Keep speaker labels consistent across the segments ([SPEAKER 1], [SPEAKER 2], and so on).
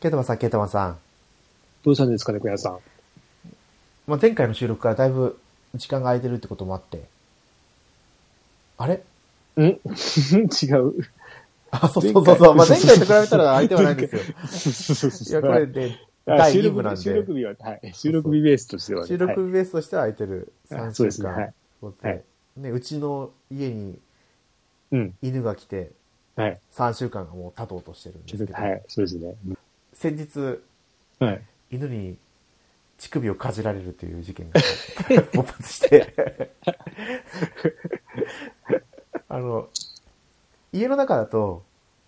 [SPEAKER 1] ケイタマンさん、ケイタマンさん。
[SPEAKER 2] どうしたんですかね、小屋さん。
[SPEAKER 1] まあ、前回の収録からだいぶ時間が空いてるってこともあって。あれ
[SPEAKER 2] ん 違う。
[SPEAKER 1] あ、そうそうそうそう。まあ、前回と比べたら相手はないんですよ。 い や、これ
[SPEAKER 2] は
[SPEAKER 1] で、
[SPEAKER 2] あ
[SPEAKER 1] 第
[SPEAKER 2] 収
[SPEAKER 1] 2
[SPEAKER 2] 録
[SPEAKER 1] 部なんで、
[SPEAKER 2] 収録日は、はい。収録日ベースとしてはね、
[SPEAKER 1] 収
[SPEAKER 2] はい
[SPEAKER 1] 録ベースとしては空いてる3
[SPEAKER 2] あそうで
[SPEAKER 1] 週
[SPEAKER 2] すねは
[SPEAKER 1] 間
[SPEAKER 2] い。
[SPEAKER 1] そう
[SPEAKER 2] はい
[SPEAKER 1] ね、うちの家に
[SPEAKER 2] うん。
[SPEAKER 1] 犬が来て、
[SPEAKER 2] はい。
[SPEAKER 1] 3週間がもう経とうとしてるんで
[SPEAKER 2] ちょ
[SPEAKER 1] す
[SPEAKER 2] っ
[SPEAKER 1] け
[SPEAKER 2] と
[SPEAKER 1] ど、
[SPEAKER 2] はい。そうですね。
[SPEAKER 1] 先日、
[SPEAKER 2] はい。
[SPEAKER 1] 犬に乳首をかじられるという事件 が勃発して、 あの、家の中だと、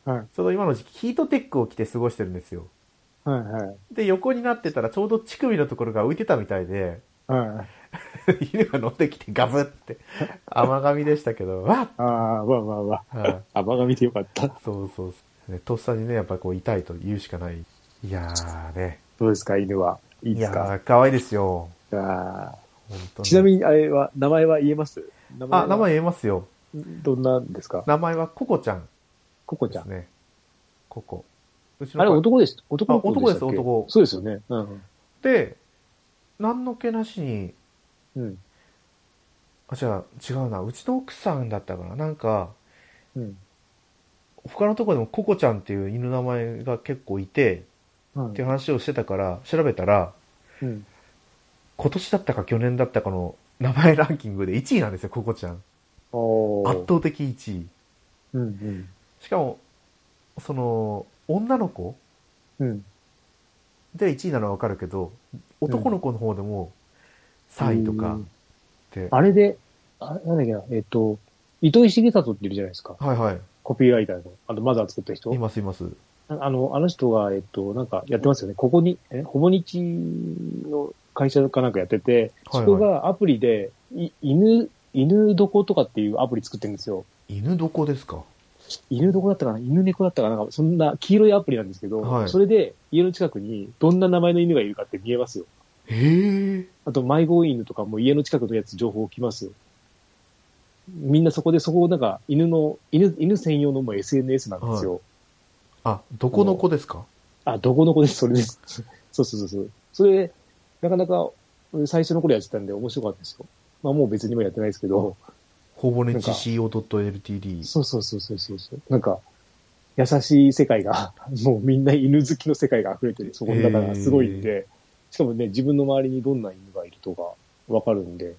[SPEAKER 2] はい。
[SPEAKER 1] ちょうど今の時期ヒートテックを着て過ごしてるんですよ。
[SPEAKER 2] はい。はい。
[SPEAKER 1] で、横になってたらちょうど乳首のところが浮いてたみたいで、
[SPEAKER 2] はい。
[SPEAKER 1] 犬が乗ってきてガブって、甘噛みでしたけど、わっ
[SPEAKER 2] ああ、まあまあまあ。
[SPEAKER 1] はい
[SPEAKER 2] 甘が見てよかった。
[SPEAKER 1] そうそうそうねとっさにね、やっぱこう痛いと言うしかない。いやーね。
[SPEAKER 2] どうですか、犬は。いい
[SPEAKER 1] い
[SPEAKER 2] です
[SPEAKER 1] や
[SPEAKER 2] か。
[SPEAKER 1] ー、可愛いですよ。
[SPEAKER 2] あ
[SPEAKER 1] 本当に。
[SPEAKER 2] ーちなみに、あれは、名前は言えます名は
[SPEAKER 1] あ、名前言えますよ。
[SPEAKER 2] どんなんですか
[SPEAKER 1] 名前はココちゃん
[SPEAKER 2] ココち
[SPEAKER 1] で
[SPEAKER 2] ゃ
[SPEAKER 1] す
[SPEAKER 2] ん。
[SPEAKER 1] ね。ココ。うちの
[SPEAKER 2] あれ、
[SPEAKER 1] 子
[SPEAKER 2] 男です。男の子したっけ
[SPEAKER 1] あ男です男
[SPEAKER 2] そうですよね。うん。
[SPEAKER 1] で、何の気なしに、
[SPEAKER 2] うん。
[SPEAKER 1] あ、じゃあ違うな。うちの奥さんだったかな。なんか、
[SPEAKER 2] うん。
[SPEAKER 1] 他のとこでもココちゃんっていう犬の名前が結構いて、
[SPEAKER 2] う
[SPEAKER 1] っ
[SPEAKER 2] ん
[SPEAKER 1] ていう話をしてたから、調べたら、
[SPEAKER 2] うん。
[SPEAKER 1] 今年だったか去年だったかの名前ランキングで1位なんですよ、ココちゃん。
[SPEAKER 2] おー
[SPEAKER 1] 圧倒的1位。
[SPEAKER 2] うん
[SPEAKER 1] しかも、その、女の子
[SPEAKER 2] うん。うん。
[SPEAKER 1] で1位なのはわかるけど、男の子の方でも3位とかって、
[SPEAKER 2] あれで、あなんだっけな、えっと、糸井重里っているじゃないですか。
[SPEAKER 1] はいはい、
[SPEAKER 2] コピーライターの。あと、マザー作った人
[SPEAKER 1] い。ますいます。
[SPEAKER 2] ああの、あの人が、えっと、なんかやってますよね。ここに、え、ほぼ日の会社かなんかやってて、
[SPEAKER 1] はいはい
[SPEAKER 2] そこがアプリで、い犬、犬どことかっていうアプリ作ってるんですよ。
[SPEAKER 1] 犬どこですか
[SPEAKER 2] 犬どこだったかな犬猫だったかななんかそんな黄色いアプリなんですけど、
[SPEAKER 1] はい
[SPEAKER 2] それで家の近くにどんな名前の犬がいるかって見えますよ。
[SPEAKER 1] へえ。
[SPEAKER 2] あと、迷子犬とかも家の近くのやつ情報来ますよ。みんなそこで、そこをなんか、犬の、犬、犬専用のもう SNS なんですよ。
[SPEAKER 1] あ、どこの子ですか
[SPEAKER 2] あ、どこの子です、それです。 そうそうそうそう。それ、なかなか、最初の頃やってたんで面白かったですよ。まあもう別にもやってないですけど、
[SPEAKER 1] ほぼね
[SPEAKER 2] なん
[SPEAKER 1] ち
[SPEAKER 2] か
[SPEAKER 1] CO.LTD。
[SPEAKER 2] そうそうそうそうそうそう。なんか、優しい世界が、 もうみんな犬好きの世界が溢れてる。そこだからすごいんで、しかもね、自分の周りにどんな犬がいるとかわかるんで、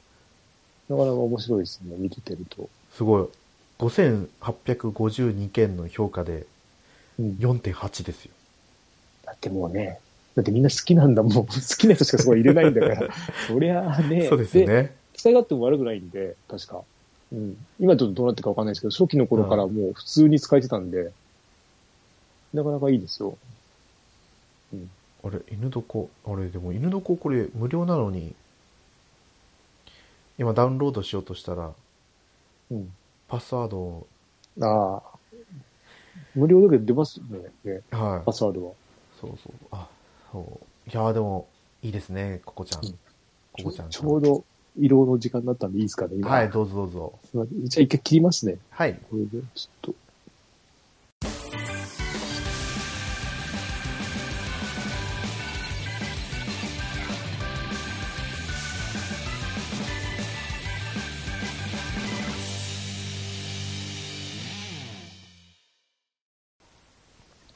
[SPEAKER 2] なかなか面白いですね、見ててると。
[SPEAKER 1] すごい。5852件の評価で
[SPEAKER 2] うん
[SPEAKER 1] 4.8ですよ。
[SPEAKER 2] だってもうね、だってみんな好きなん だもん。好きな人しかそこ入れないんだから。 そりゃあね。
[SPEAKER 1] そうですよね。
[SPEAKER 2] 使い勝手も悪くないんで、確か。うん。今ちょっとどうなってるかわかんないですけど、初期の頃からもう普通に使えてたんで、なかなかいいですよ。
[SPEAKER 1] あれ、犬どこあれ、でも犬どここれ無料なのに、今ダウンロードしようとしたら、
[SPEAKER 2] うん。
[SPEAKER 1] パスワードを、
[SPEAKER 2] ああ。無料だけど出ますよね、
[SPEAKER 1] はい
[SPEAKER 2] パ。スワードは。
[SPEAKER 1] そうそう。あ、そう。いやーでも、いいですね、ココちゃん
[SPEAKER 2] うん。
[SPEAKER 1] ココちゃん。
[SPEAKER 2] ちょうど、移動の時間になったんでいいですかね、今。
[SPEAKER 1] はい、。どうぞどうぞ。
[SPEAKER 2] じゃあ一回切りますね。
[SPEAKER 1] はい。
[SPEAKER 2] これで、ちょっと。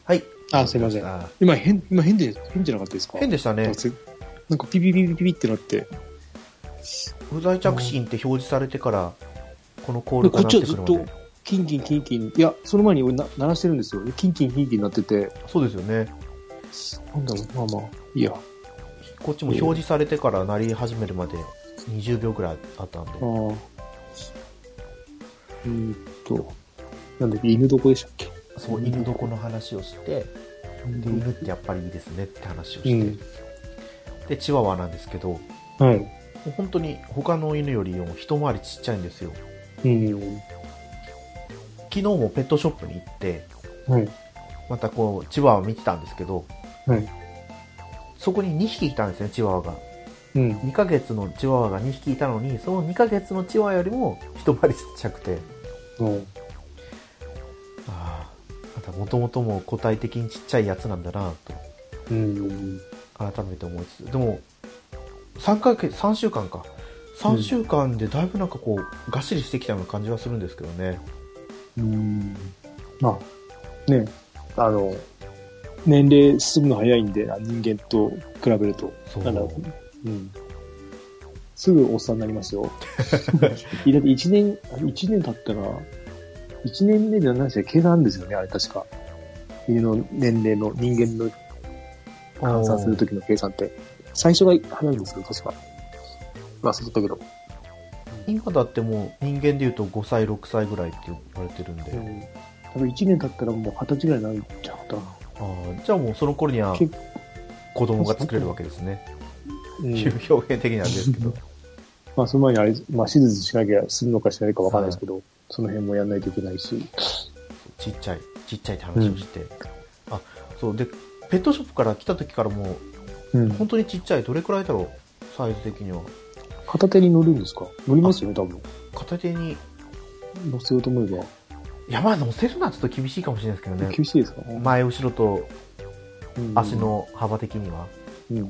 [SPEAKER 1] はい。
[SPEAKER 2] あすいません
[SPEAKER 1] あ
[SPEAKER 2] 今変、今変で、変じゃなかったですか
[SPEAKER 1] 変でしたね。
[SPEAKER 2] すなんかピピピピピピってなって。
[SPEAKER 1] 不在着信って表示されてから、このコー
[SPEAKER 2] こ
[SPEAKER 1] ルが
[SPEAKER 2] っ
[SPEAKER 1] 鳴っ
[SPEAKER 2] ち
[SPEAKER 1] てく
[SPEAKER 2] はず
[SPEAKER 1] る
[SPEAKER 2] っ
[SPEAKER 1] ま
[SPEAKER 2] と
[SPEAKER 1] で。、
[SPEAKER 2] キンキンキンキン。いや、その前に俺な鳴らしてるんですよ。キンキンキンキンなってて。
[SPEAKER 1] そうですよね。
[SPEAKER 2] なんだろう、まあまあ、いいや。あ
[SPEAKER 1] こっちも表示されてから鳴り始めるまで20秒くらいあったんで
[SPEAKER 2] あ。。うーんと、なんだっけ、犬どこでしたっけ
[SPEAKER 1] そう、犬どこの話をして、で犬ってやっぱりいいですねって話をして。
[SPEAKER 2] うん
[SPEAKER 1] で、チワワなんですけど、も
[SPEAKER 2] はい。
[SPEAKER 1] う本当に他の犬よりも一回りちっちゃいんですよ。
[SPEAKER 2] うん。
[SPEAKER 1] 昨日もペットショップに行って、
[SPEAKER 2] はい。
[SPEAKER 1] またこう、チワワ見てたんですけど、
[SPEAKER 2] はい。
[SPEAKER 1] そこに2匹いたんですね、チワワが。
[SPEAKER 2] うん。
[SPEAKER 1] 2ヶ月のチワワが2匹いたのに、その2ヶ月のチワワよりも一回りちっちゃくて、
[SPEAKER 2] うん
[SPEAKER 1] ああ、またもともともう個体的にちっちゃいやつなんだなと
[SPEAKER 2] うん。
[SPEAKER 1] 改めて思いつつでも3ヶ月3週間か3週間でだいぶなんかこうがっしりしてきたような感じはするんですけどね
[SPEAKER 2] うん。まあ、ね、あの、年齢進むの早いんで、あ人間と比べると。
[SPEAKER 1] そう
[SPEAKER 2] なんだろう。うん。すぐおっさんになります よ。だって1年、あれ一年経ったら、1年目で何でしたっけ計算あるんですよね、あれ確か。犬の年齢の人間の換算するときの計算って。最初が早いんですよ、確か。忘れたけど。
[SPEAKER 1] 今だってもう人間でいうと5歳6歳ぐらいって言われてるんで、
[SPEAKER 2] うん。多分1年経ったらもう20歳ぐらいになっちゃったな。
[SPEAKER 1] ああじゃあもうその頃には
[SPEAKER 2] 結
[SPEAKER 1] 子供が作れるわけですね、
[SPEAKER 2] う
[SPEAKER 1] いう 表現的なんですけど
[SPEAKER 2] まあ、その前にあれ、まあ、手術しなきゃするのかしないかわかんないですけど、その辺もやんないといけないし。
[SPEAKER 1] ちっちゃいちっちゃいって話をして、あそうでペットショップから来た時からも
[SPEAKER 2] うん
[SPEAKER 1] う本当にちっちゃいどれくらいだろうサイズ的には
[SPEAKER 2] 片手に乗るんですか乗りますよね、多分。
[SPEAKER 1] 片手に
[SPEAKER 2] 乗せようと思えば。
[SPEAKER 1] 山乗せるのはちょっと厳しいかもしれないですけどね
[SPEAKER 2] 厳しいですか、
[SPEAKER 1] 前後ろと
[SPEAKER 2] うん
[SPEAKER 1] 足。の幅的には、
[SPEAKER 2] うん。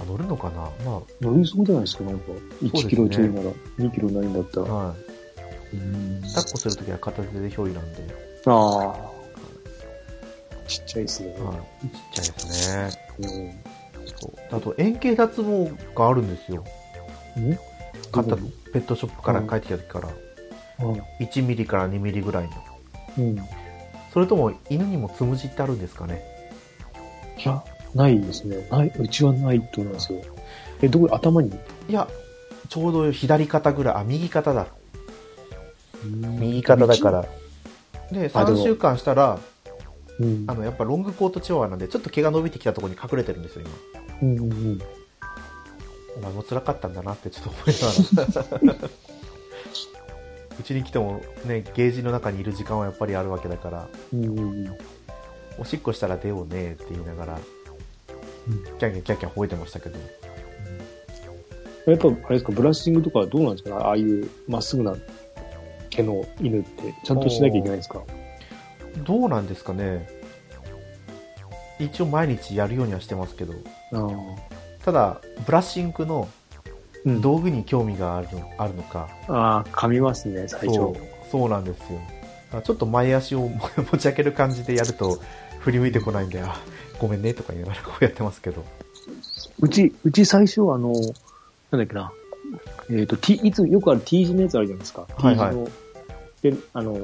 [SPEAKER 1] あ乗るのかなま
[SPEAKER 2] 乗りそうじゃないですか、なんか。
[SPEAKER 1] す
[SPEAKER 2] 1
[SPEAKER 1] ね
[SPEAKER 2] キロちょいなら、2キロないんだった
[SPEAKER 1] あ、
[SPEAKER 2] ら。
[SPEAKER 1] はい、
[SPEAKER 2] うん
[SPEAKER 1] 抱っこする時は片手でひょいなんで、
[SPEAKER 2] ああ。ちっちゃいですね。
[SPEAKER 1] はい、ちっちゃいですね
[SPEAKER 2] うん。
[SPEAKER 1] そうあと円形脱毛があるんですよ
[SPEAKER 2] ん
[SPEAKER 1] 買った
[SPEAKER 2] どこ
[SPEAKER 1] ペットショップから帰ってきた時から1ミリから2ミリぐらいの
[SPEAKER 2] うん。い
[SPEAKER 1] それとも犬にもつむじってあるんですかね
[SPEAKER 2] や、ないですね。ない、うちはないと思いますよ。え、どこ、頭に
[SPEAKER 1] いやちょうど左肩ぐらいあ右肩だ右肩だからで
[SPEAKER 2] あで
[SPEAKER 1] 3
[SPEAKER 2] も
[SPEAKER 1] 週間したら
[SPEAKER 2] うん。
[SPEAKER 1] あのやっぱロングコートチワワなんでちょっと毛が伸びてきたところに隠れてるんですよ今
[SPEAKER 2] うんうんうん。
[SPEAKER 1] お前も辛かったんだなってちょっと思いながらうちに来てもねゲージの中にいる時間はやっぱりあるわけだから
[SPEAKER 2] うんうんうん。
[SPEAKER 1] おしっこしたら出ようねって言いながら、
[SPEAKER 2] うん
[SPEAKER 1] キャンキャンキャンキャン吠えてましたけど
[SPEAKER 2] やっぱ、あれですか、ブラッシングとかどうなんですかねああいうまっすぐな毛の犬って、ちゃんとしなきゃいけないんですか
[SPEAKER 1] どうなんですかね一応毎日やるようにはしてますけど
[SPEAKER 2] ああ。
[SPEAKER 1] ただブラッシングの
[SPEAKER 2] うん
[SPEAKER 1] 道具に興味があるのあるのか
[SPEAKER 2] ああ、噛みますね、最
[SPEAKER 1] そ
[SPEAKER 2] 初。
[SPEAKER 1] うそうなんですよあちょっと前足を 持ち上げる感じでやると振り向いてこないんであごめんねとか言いながらこうやってますけど
[SPEAKER 2] うち、うち最初はあの、なんだっけな、えっ、と、T、いつ、よくある T 字のやつあるじゃないですか。
[SPEAKER 1] はいはい
[SPEAKER 2] T 字の、で、あの、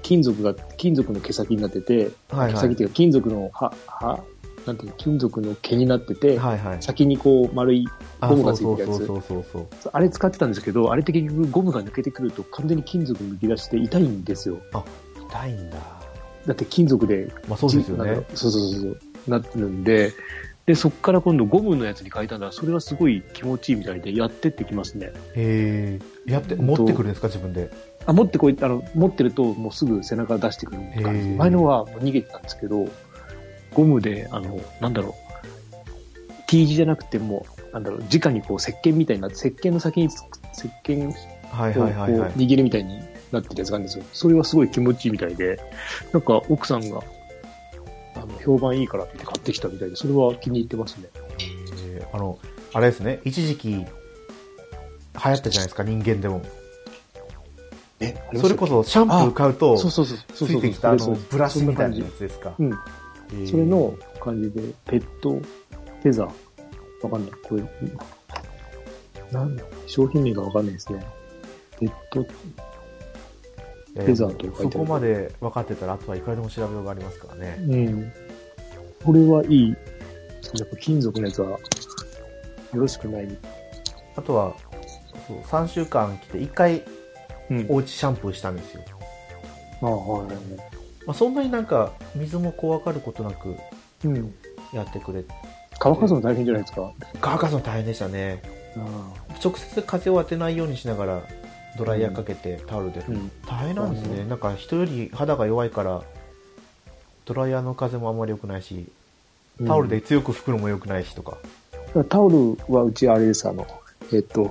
[SPEAKER 2] 金属が、金属の毛先になってて、
[SPEAKER 1] はい
[SPEAKER 2] 毛
[SPEAKER 1] は
[SPEAKER 2] 先っ
[SPEAKER 1] い
[SPEAKER 2] ていうか金属の、は、は、なんていうの金属の毛になってて、
[SPEAKER 1] はいはい
[SPEAKER 2] 先にこう丸い
[SPEAKER 1] あ
[SPEAKER 2] ゴム
[SPEAKER 1] そ
[SPEAKER 2] が
[SPEAKER 1] う
[SPEAKER 2] つい
[SPEAKER 1] そう
[SPEAKER 2] てる
[SPEAKER 1] そ
[SPEAKER 2] や
[SPEAKER 1] う
[SPEAKER 2] つ
[SPEAKER 1] そうそうそう
[SPEAKER 2] あれ使ってたんですけど、あれって結局ゴムが抜けてくると完全に金属抜き出して痛いんですよ。
[SPEAKER 1] 痛いんだ
[SPEAKER 2] だって金属で、
[SPEAKER 1] まあそうですよ
[SPEAKER 2] なん
[SPEAKER 1] ね
[SPEAKER 2] かそうそうそうそう、なってるんで、で、そこから今度ゴムのやつに変えたら、それはすごい気持ちいいみたいで、やってってきますね。
[SPEAKER 1] へえやって持ってくるんですか自分で
[SPEAKER 2] あ、持ってこい、あの、持ってるともうすぐ背中出してくるって感じ。
[SPEAKER 1] へー
[SPEAKER 2] 前のはもう逃げてたんですけど、ゴムで、あの、なんだろう、T 字じゃなくてもう、なんだろう、直にこう石鹸みたいになって、石鹸の先につく、石鹸
[SPEAKER 1] はい
[SPEAKER 2] こう
[SPEAKER 1] はいはいはい
[SPEAKER 2] こう握るみたいになってるやつがあるんですよ。それはすごい気持ちいいみたいで、なんか奥さんが、あの、評判いいからって買ってきたみたいで、それは気に入ってますね。
[SPEAKER 1] えーあのあれですね一時期流行ったじゃないですか人間でも
[SPEAKER 2] え、
[SPEAKER 1] それこそシャンプー買うと
[SPEAKER 2] そうそうそうそ
[SPEAKER 1] つ
[SPEAKER 2] うそう。
[SPEAKER 1] いてきたあ
[SPEAKER 2] そ
[SPEAKER 1] の
[SPEAKER 2] れそれ
[SPEAKER 1] ブラシみたいな
[SPEAKER 2] そん
[SPEAKER 1] や
[SPEAKER 2] 感
[SPEAKER 1] つですか
[SPEAKER 2] じうん。
[SPEAKER 1] えー
[SPEAKER 2] それの感じで、ペット、テザー、わかんない。これ、なん商品名がわかんないですね。ペット、
[SPEAKER 1] えー
[SPEAKER 2] テザーと書いてあ
[SPEAKER 1] そ
[SPEAKER 2] る
[SPEAKER 1] こまで分かってたらあとはいくらでも調べようがありますからね
[SPEAKER 2] うん。これはいい。やっぱ金属のやつは、よろしくない。
[SPEAKER 1] あとはそう3週間来て1回
[SPEAKER 2] うん
[SPEAKER 1] おうちシャンプーしたんですよ、
[SPEAKER 2] ああ、はい。
[SPEAKER 1] まあ、そんなになんか水も怖がることなく
[SPEAKER 2] うん。
[SPEAKER 1] やってくれて
[SPEAKER 2] 乾かすの大変じゃないですか。
[SPEAKER 1] 乾かすの大変でしたね直接風を当てないようにしながらドライヤーかけてタオルで
[SPEAKER 2] うん。
[SPEAKER 1] 大変なんですね、
[SPEAKER 2] う
[SPEAKER 1] なんか人より肌が弱いからドライヤーの風もあんまり良くないしタオルで強く拭くのも良くないしとか、
[SPEAKER 2] うん。タオルはうちあれです、あの、えっと、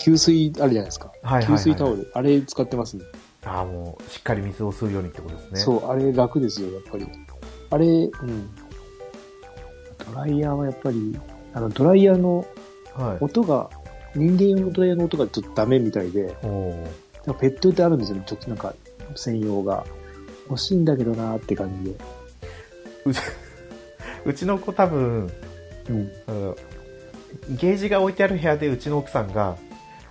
[SPEAKER 2] 給水あるじゃないですか。
[SPEAKER 1] はいはいはい
[SPEAKER 2] 給水タオル、あれ使ってますね。
[SPEAKER 1] ああもうしっかり水を吸うようにってことですね
[SPEAKER 2] そう、あれ楽ですよ、やっぱり。あれ、うん。ドライヤーはやっぱり、あの、ドライヤーの
[SPEAKER 1] はい。
[SPEAKER 2] 音が、人間用のドライヤーの音がちょっとダメみたいで、
[SPEAKER 1] おお。
[SPEAKER 2] なんかペット用ってあるんですよね、ちょっとなんか、専用が。欲しいんだけどなーって感じで。
[SPEAKER 1] うちの子多分、
[SPEAKER 2] うん。
[SPEAKER 1] あのゲージが置いてある部屋でうちの奥さんが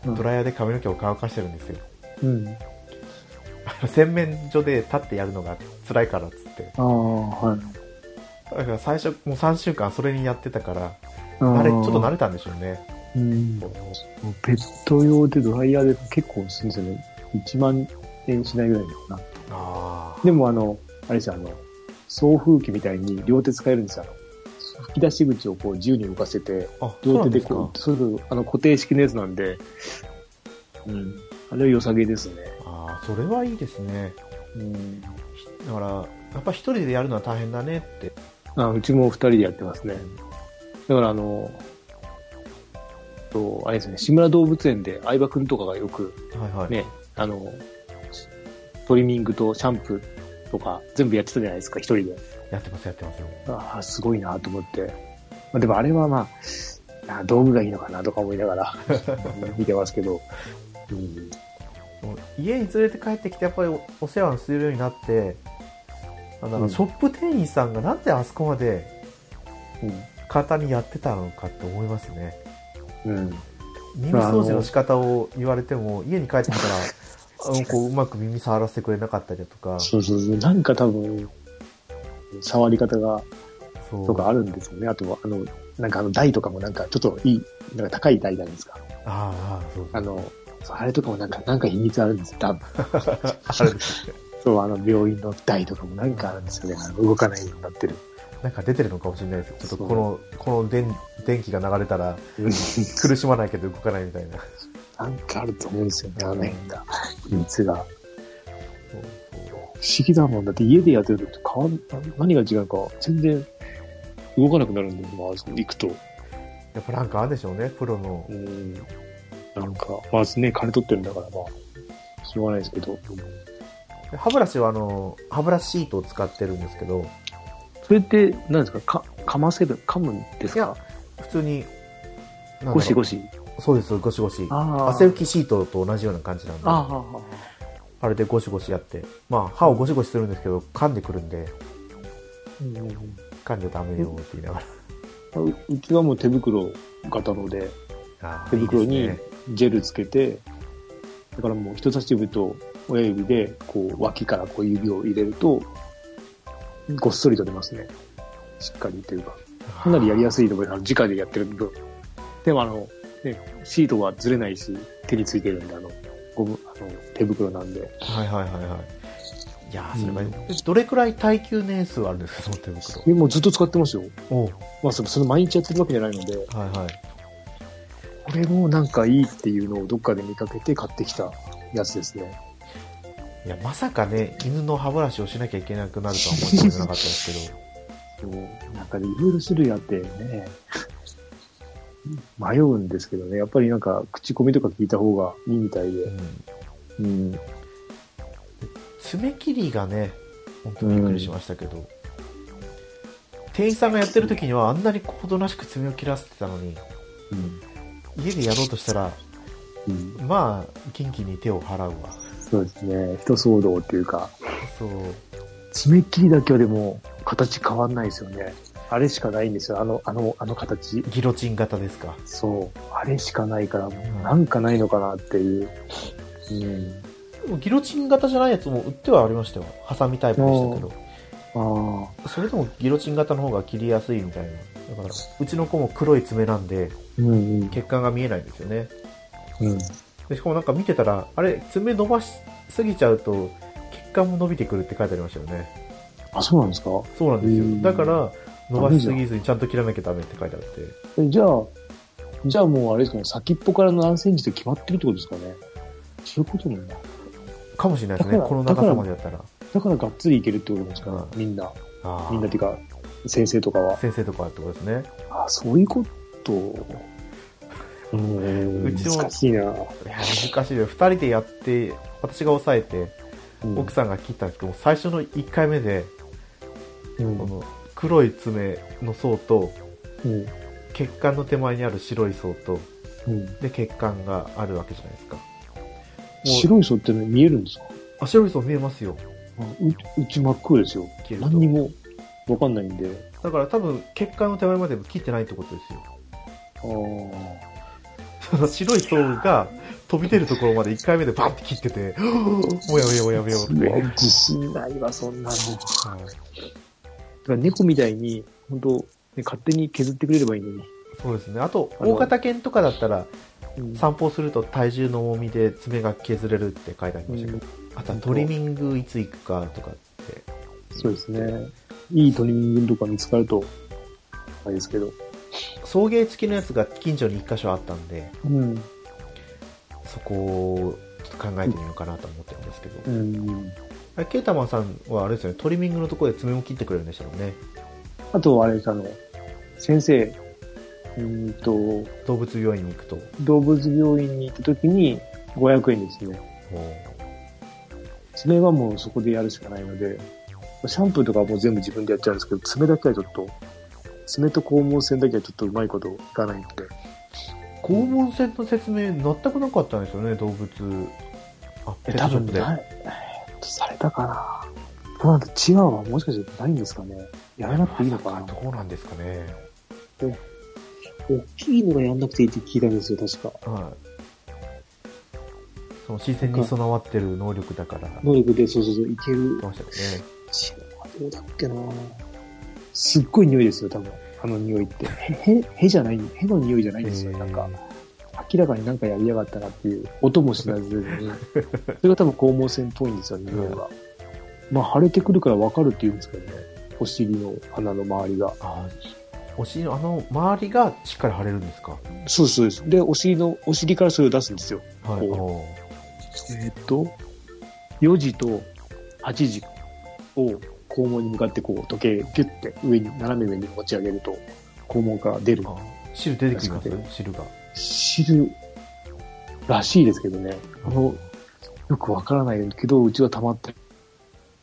[SPEAKER 1] ドライヤーで髪の毛を乾かしてるんですよ。
[SPEAKER 2] うん。あ
[SPEAKER 1] あの 洗面所で立ってやるのが辛いからっつって。
[SPEAKER 2] あー、はい。
[SPEAKER 1] だから最初、もう3週間それにやってたから、
[SPEAKER 2] あ
[SPEAKER 1] 慣れ、
[SPEAKER 2] れ
[SPEAKER 1] ちょっと慣れたんでしょうね。
[SPEAKER 2] うん。ペット用でドライヤーで結構するんですよね。1万円しないぐらいだかな。
[SPEAKER 1] ああ。
[SPEAKER 2] でもあの、あれですよ、あの、送風機みたいに両手使えるんですよ。あの吹き出し口をこう自由に動かせて、
[SPEAKER 1] あ、そう
[SPEAKER 2] 両
[SPEAKER 1] な
[SPEAKER 2] 手
[SPEAKER 1] んで
[SPEAKER 2] です
[SPEAKER 1] か。
[SPEAKER 2] こう、それぞれあの固定式のやつなんで、うん。あれは良さげですね。
[SPEAKER 1] ああ、それはいいですね。
[SPEAKER 2] うん。
[SPEAKER 1] ひだから、やっぱ一人でやるのは大変だねって。
[SPEAKER 2] あうちも二人でやってますね。だからあの、とあれですね、志村動物園で相葉くんとかがよく
[SPEAKER 1] はいはい。
[SPEAKER 2] ね、あの、トリミングとシャンプーとか全部やってたじゃないですか、一人で。
[SPEAKER 1] やってますやってますよ。
[SPEAKER 2] ああ、すごいなと思って。まあ、でもあれはまあ、ああ道具がいいのかなとか思いなが ら見てますけど。うん、
[SPEAKER 1] 家に連れて帰ってきてやっぱりおお世話するようになってあなん
[SPEAKER 2] う
[SPEAKER 1] か
[SPEAKER 2] ん
[SPEAKER 1] ショップ店員さんがなんであそこまで簡単にやってたのかって思いますね
[SPEAKER 2] うん、うん。
[SPEAKER 1] 耳掃除の仕方を言われても家に帰ってきたら あのこううまく耳触らせてくれなかったりだとか
[SPEAKER 2] そうそうそう。なんか多分、触り方が、
[SPEAKER 1] そう
[SPEAKER 2] とかあるんですよね。あとは、あの、なんかあの台とかもなんかちょっといい、なんか高い台なんですか。
[SPEAKER 1] ああそう
[SPEAKER 2] あの、そうあれとかもなんか、なんか秘密あるんですよ、 多分。
[SPEAKER 1] あるんですね
[SPEAKER 2] そう、あの病院の台とかもなんかあるんですよね。あの 動かないようになってる。
[SPEAKER 1] なんか出てるのかもしれないですちょっと
[SPEAKER 2] そう
[SPEAKER 1] このこの電電気が流れたら苦しまないけど動かないみたいな
[SPEAKER 2] なんかあると思うんですよね、あの辺が。秘密が。不思議だもん。だって家でやってる時と変わん何が違うか全然動かなくなるんで、まあ、行くと。
[SPEAKER 1] やっぱなんかあるんでしょうねプロの
[SPEAKER 2] うん。なんか、まあね、金取ってるんだから、まあ、しょうがないですけど。
[SPEAKER 1] で歯ブラシはあの歯ブラシシートを使ってるんですけど
[SPEAKER 2] それって、何ですかか、かませる、噛むんです
[SPEAKER 1] いや
[SPEAKER 2] か
[SPEAKER 1] 普通に、なんだろう
[SPEAKER 2] ゴシゴシ。
[SPEAKER 1] そうです、ゴシゴシ。
[SPEAKER 2] あ
[SPEAKER 1] 汗拭きシートと同じような感じなんで、
[SPEAKER 2] あ
[SPEAKER 1] あ
[SPEAKER 2] あ。
[SPEAKER 1] れでゴシゴシやって、まあ歯をゴシゴシするんですけど、噛んでくるんで、
[SPEAKER 2] うんうんうん
[SPEAKER 1] 噛んじゃダメよって言いなが
[SPEAKER 2] あううちはもう手袋型ので、
[SPEAKER 1] ら。あー
[SPEAKER 2] 手袋
[SPEAKER 1] いい
[SPEAKER 2] に
[SPEAKER 1] ですね
[SPEAKER 2] ジェルつけて、だからもう人差し指と親指で、こう脇からこう指を入れると、ごっそりと出ますね。しっかりというか。かなりやりやすいと思います。直でやってる分。でもあの、ね、シートはずれないし、手についてるんで、あの、ゴム、あの、手袋なんで。
[SPEAKER 1] はいはいはいはい。いやー、それがいい、
[SPEAKER 2] う
[SPEAKER 1] どれくらい耐久年数あるんですか、その手袋。
[SPEAKER 2] でもうずっと使ってますよ。
[SPEAKER 1] おう
[SPEAKER 2] まあ、そのその毎日やってるわけじゃないので、
[SPEAKER 1] はいはい。
[SPEAKER 2] これもなんかいいっていうのをどっかで見かけて買ってきたやつですね。
[SPEAKER 1] いや、まさかね、犬の歯ブラシをしなきゃいけなくなるとは思ってもいなかったですけど、
[SPEAKER 2] そうなんかね、いろいろ種類あってね、迷うんですけどね、やっぱりなんか、口コミとか聞いた方がいいみたいで
[SPEAKER 1] う、ん、
[SPEAKER 2] うん、ね
[SPEAKER 1] 爪切りがね、本当にびっくりしましたけど、店員さんがやってる時にはあんなにおとなしく爪を切らせてたのに、
[SPEAKER 2] うん、
[SPEAKER 1] 家でやろうとしたら、
[SPEAKER 2] うん、
[SPEAKER 1] まあ、元気に手を払うわ。
[SPEAKER 2] そうですね、人騒動っていうか、
[SPEAKER 1] そう。
[SPEAKER 2] 爪切りだけはでも、形変わんないですよね。あれしかないんですよ、あの、あの、あの形。
[SPEAKER 1] ギロチン型ですか。
[SPEAKER 2] そう、あれしかないから、なんかないのかなっていう。うん。
[SPEAKER 1] でもギロチン型じゃないやつも売ってはありましたよ。ハサミタイプでしたけど。
[SPEAKER 2] ああ、
[SPEAKER 1] それでもギロチン型の方が切りやすいみたいな。だから、うちの子も黒い爪なんで、
[SPEAKER 2] うんうん、
[SPEAKER 1] 血管が見えないんですよね。
[SPEAKER 2] うん。
[SPEAKER 1] でしかもなんか見てたら、あれ、爪伸ばしすぎちゃうと、血管も伸びてくるって書いてありましたよね。
[SPEAKER 2] あ、そうなんですか
[SPEAKER 1] そうなんです
[SPEAKER 2] う
[SPEAKER 1] よ。
[SPEAKER 2] ん
[SPEAKER 1] だから、伸ばしすぎずにちゃんと切らなきゃダメって書いてあって。
[SPEAKER 2] えじゃあ、じゃあもうあれですかね、先っぽからの何センチって決まってるってことですかね。そういうことなんだ。
[SPEAKER 1] かもしれないですね。
[SPEAKER 2] だから
[SPEAKER 1] この長さまでやったら。
[SPEAKER 2] だからがっつりいけるってことなんですかね、
[SPEAKER 1] う
[SPEAKER 2] みんな。
[SPEAKER 1] あー
[SPEAKER 2] みんなっていうか、先生とかは。
[SPEAKER 1] 先生とかってことですね。
[SPEAKER 2] あそういうこと。うーん、
[SPEAKER 1] うちも
[SPEAKER 2] 難しいな。
[SPEAKER 1] いや難しいよ2人でやって私が抑えて
[SPEAKER 2] うん
[SPEAKER 1] 奥さんが切ったんですけど、最初の1回目でこ
[SPEAKER 2] うん
[SPEAKER 1] の黒い爪の層と
[SPEAKER 2] うん。
[SPEAKER 1] 血管の手前にある白い層と
[SPEAKER 2] うん。
[SPEAKER 1] で血管があるわけじゃないですかもう
[SPEAKER 2] 白い層って、ね、見えるんですか
[SPEAKER 1] あ白い層見えますよ
[SPEAKER 2] あううち真っ黒ですよ。
[SPEAKER 1] 切ると
[SPEAKER 2] 何にもわかんないんで。
[SPEAKER 1] だから多分血管の手前までも切ってないってことですよ
[SPEAKER 2] ああ。
[SPEAKER 1] その 白い層が飛び出るところまで1回目でバンって切って てもうやめようもうやめようって
[SPEAKER 2] うわ自信ないわ、そんなの。
[SPEAKER 1] はい
[SPEAKER 2] だから猫みたいに、本当、ね、勝手に削ってくれればいいのに。
[SPEAKER 1] そうですねあと
[SPEAKER 2] あの
[SPEAKER 1] 大型犬とかだったら
[SPEAKER 2] うん
[SPEAKER 1] 散歩すると体重の重みで爪が削れるって書いてありましたけど、あとはトリミングいつ行くかとかって
[SPEAKER 2] そうですね。いいトリミングとか見つかると、あれですけど。
[SPEAKER 1] 送迎付きのやつが近所に1箇所あったんで
[SPEAKER 2] うん。
[SPEAKER 1] そこをちょっと考えてみようかなと思ってるんですけど、
[SPEAKER 2] うん。
[SPEAKER 1] あれケータマンさんはあれですよねトリミングのところで爪を切ってくれるんでしたもんね
[SPEAKER 2] あと、あれです、あの、先生、うーんと、
[SPEAKER 1] 動物病院に行くと
[SPEAKER 2] 動物病院に行った時に500円ですね。爪はもうそこでやるしかないので、シャンプーとかはもう全部自分でやっちゃうんですけど、爪だけはちょっと、爪と肛門腺だけはちょっとうまいこといかないので、
[SPEAKER 1] 肛門腺の説明全くなかったんですよね動物あペ
[SPEAKER 2] え、
[SPEAKER 1] ッ
[SPEAKER 2] 多
[SPEAKER 1] トショ
[SPEAKER 2] 分
[SPEAKER 1] ップで
[SPEAKER 2] ない、えーっと、されたかな。どうなんだチワワはもしかしてないんですかねやらなくていいのかな
[SPEAKER 1] まさどうなんですかね
[SPEAKER 2] 大きいのがやんなくていいって聞いたんですよ、確か。
[SPEAKER 1] はいその視線に備わってる能力だから言っ
[SPEAKER 2] 能力で、そうそうそう、いける
[SPEAKER 1] て。ましたよね
[SPEAKER 2] チワワどうだっけなすっごい匂いですよ、多分。あの匂いって。へ、へ、へじゃない、への匂いじゃないんですよ、なんか。明らかになんかやりやがったなっていう音もしないず に、それが多分肛門腺っぽいんですよね、匂いが。まあ腫れてくるからわかるって言うんですけどね、お尻の穴の周りが。
[SPEAKER 1] あお尻のあの周りがしっかり腫れるんですか
[SPEAKER 2] そうですそうです。で、お尻の、お尻からそれを出すんですよ。
[SPEAKER 1] はい
[SPEAKER 2] えーっと、4時と8時を肛門に向かってこう時計ピュッて上に、斜め上に持ち上げると、肛門から出る
[SPEAKER 1] あ。あ汁出てきます汁が
[SPEAKER 2] 汁らしいですけどね。あの、よくわからないけど、うちは溜まって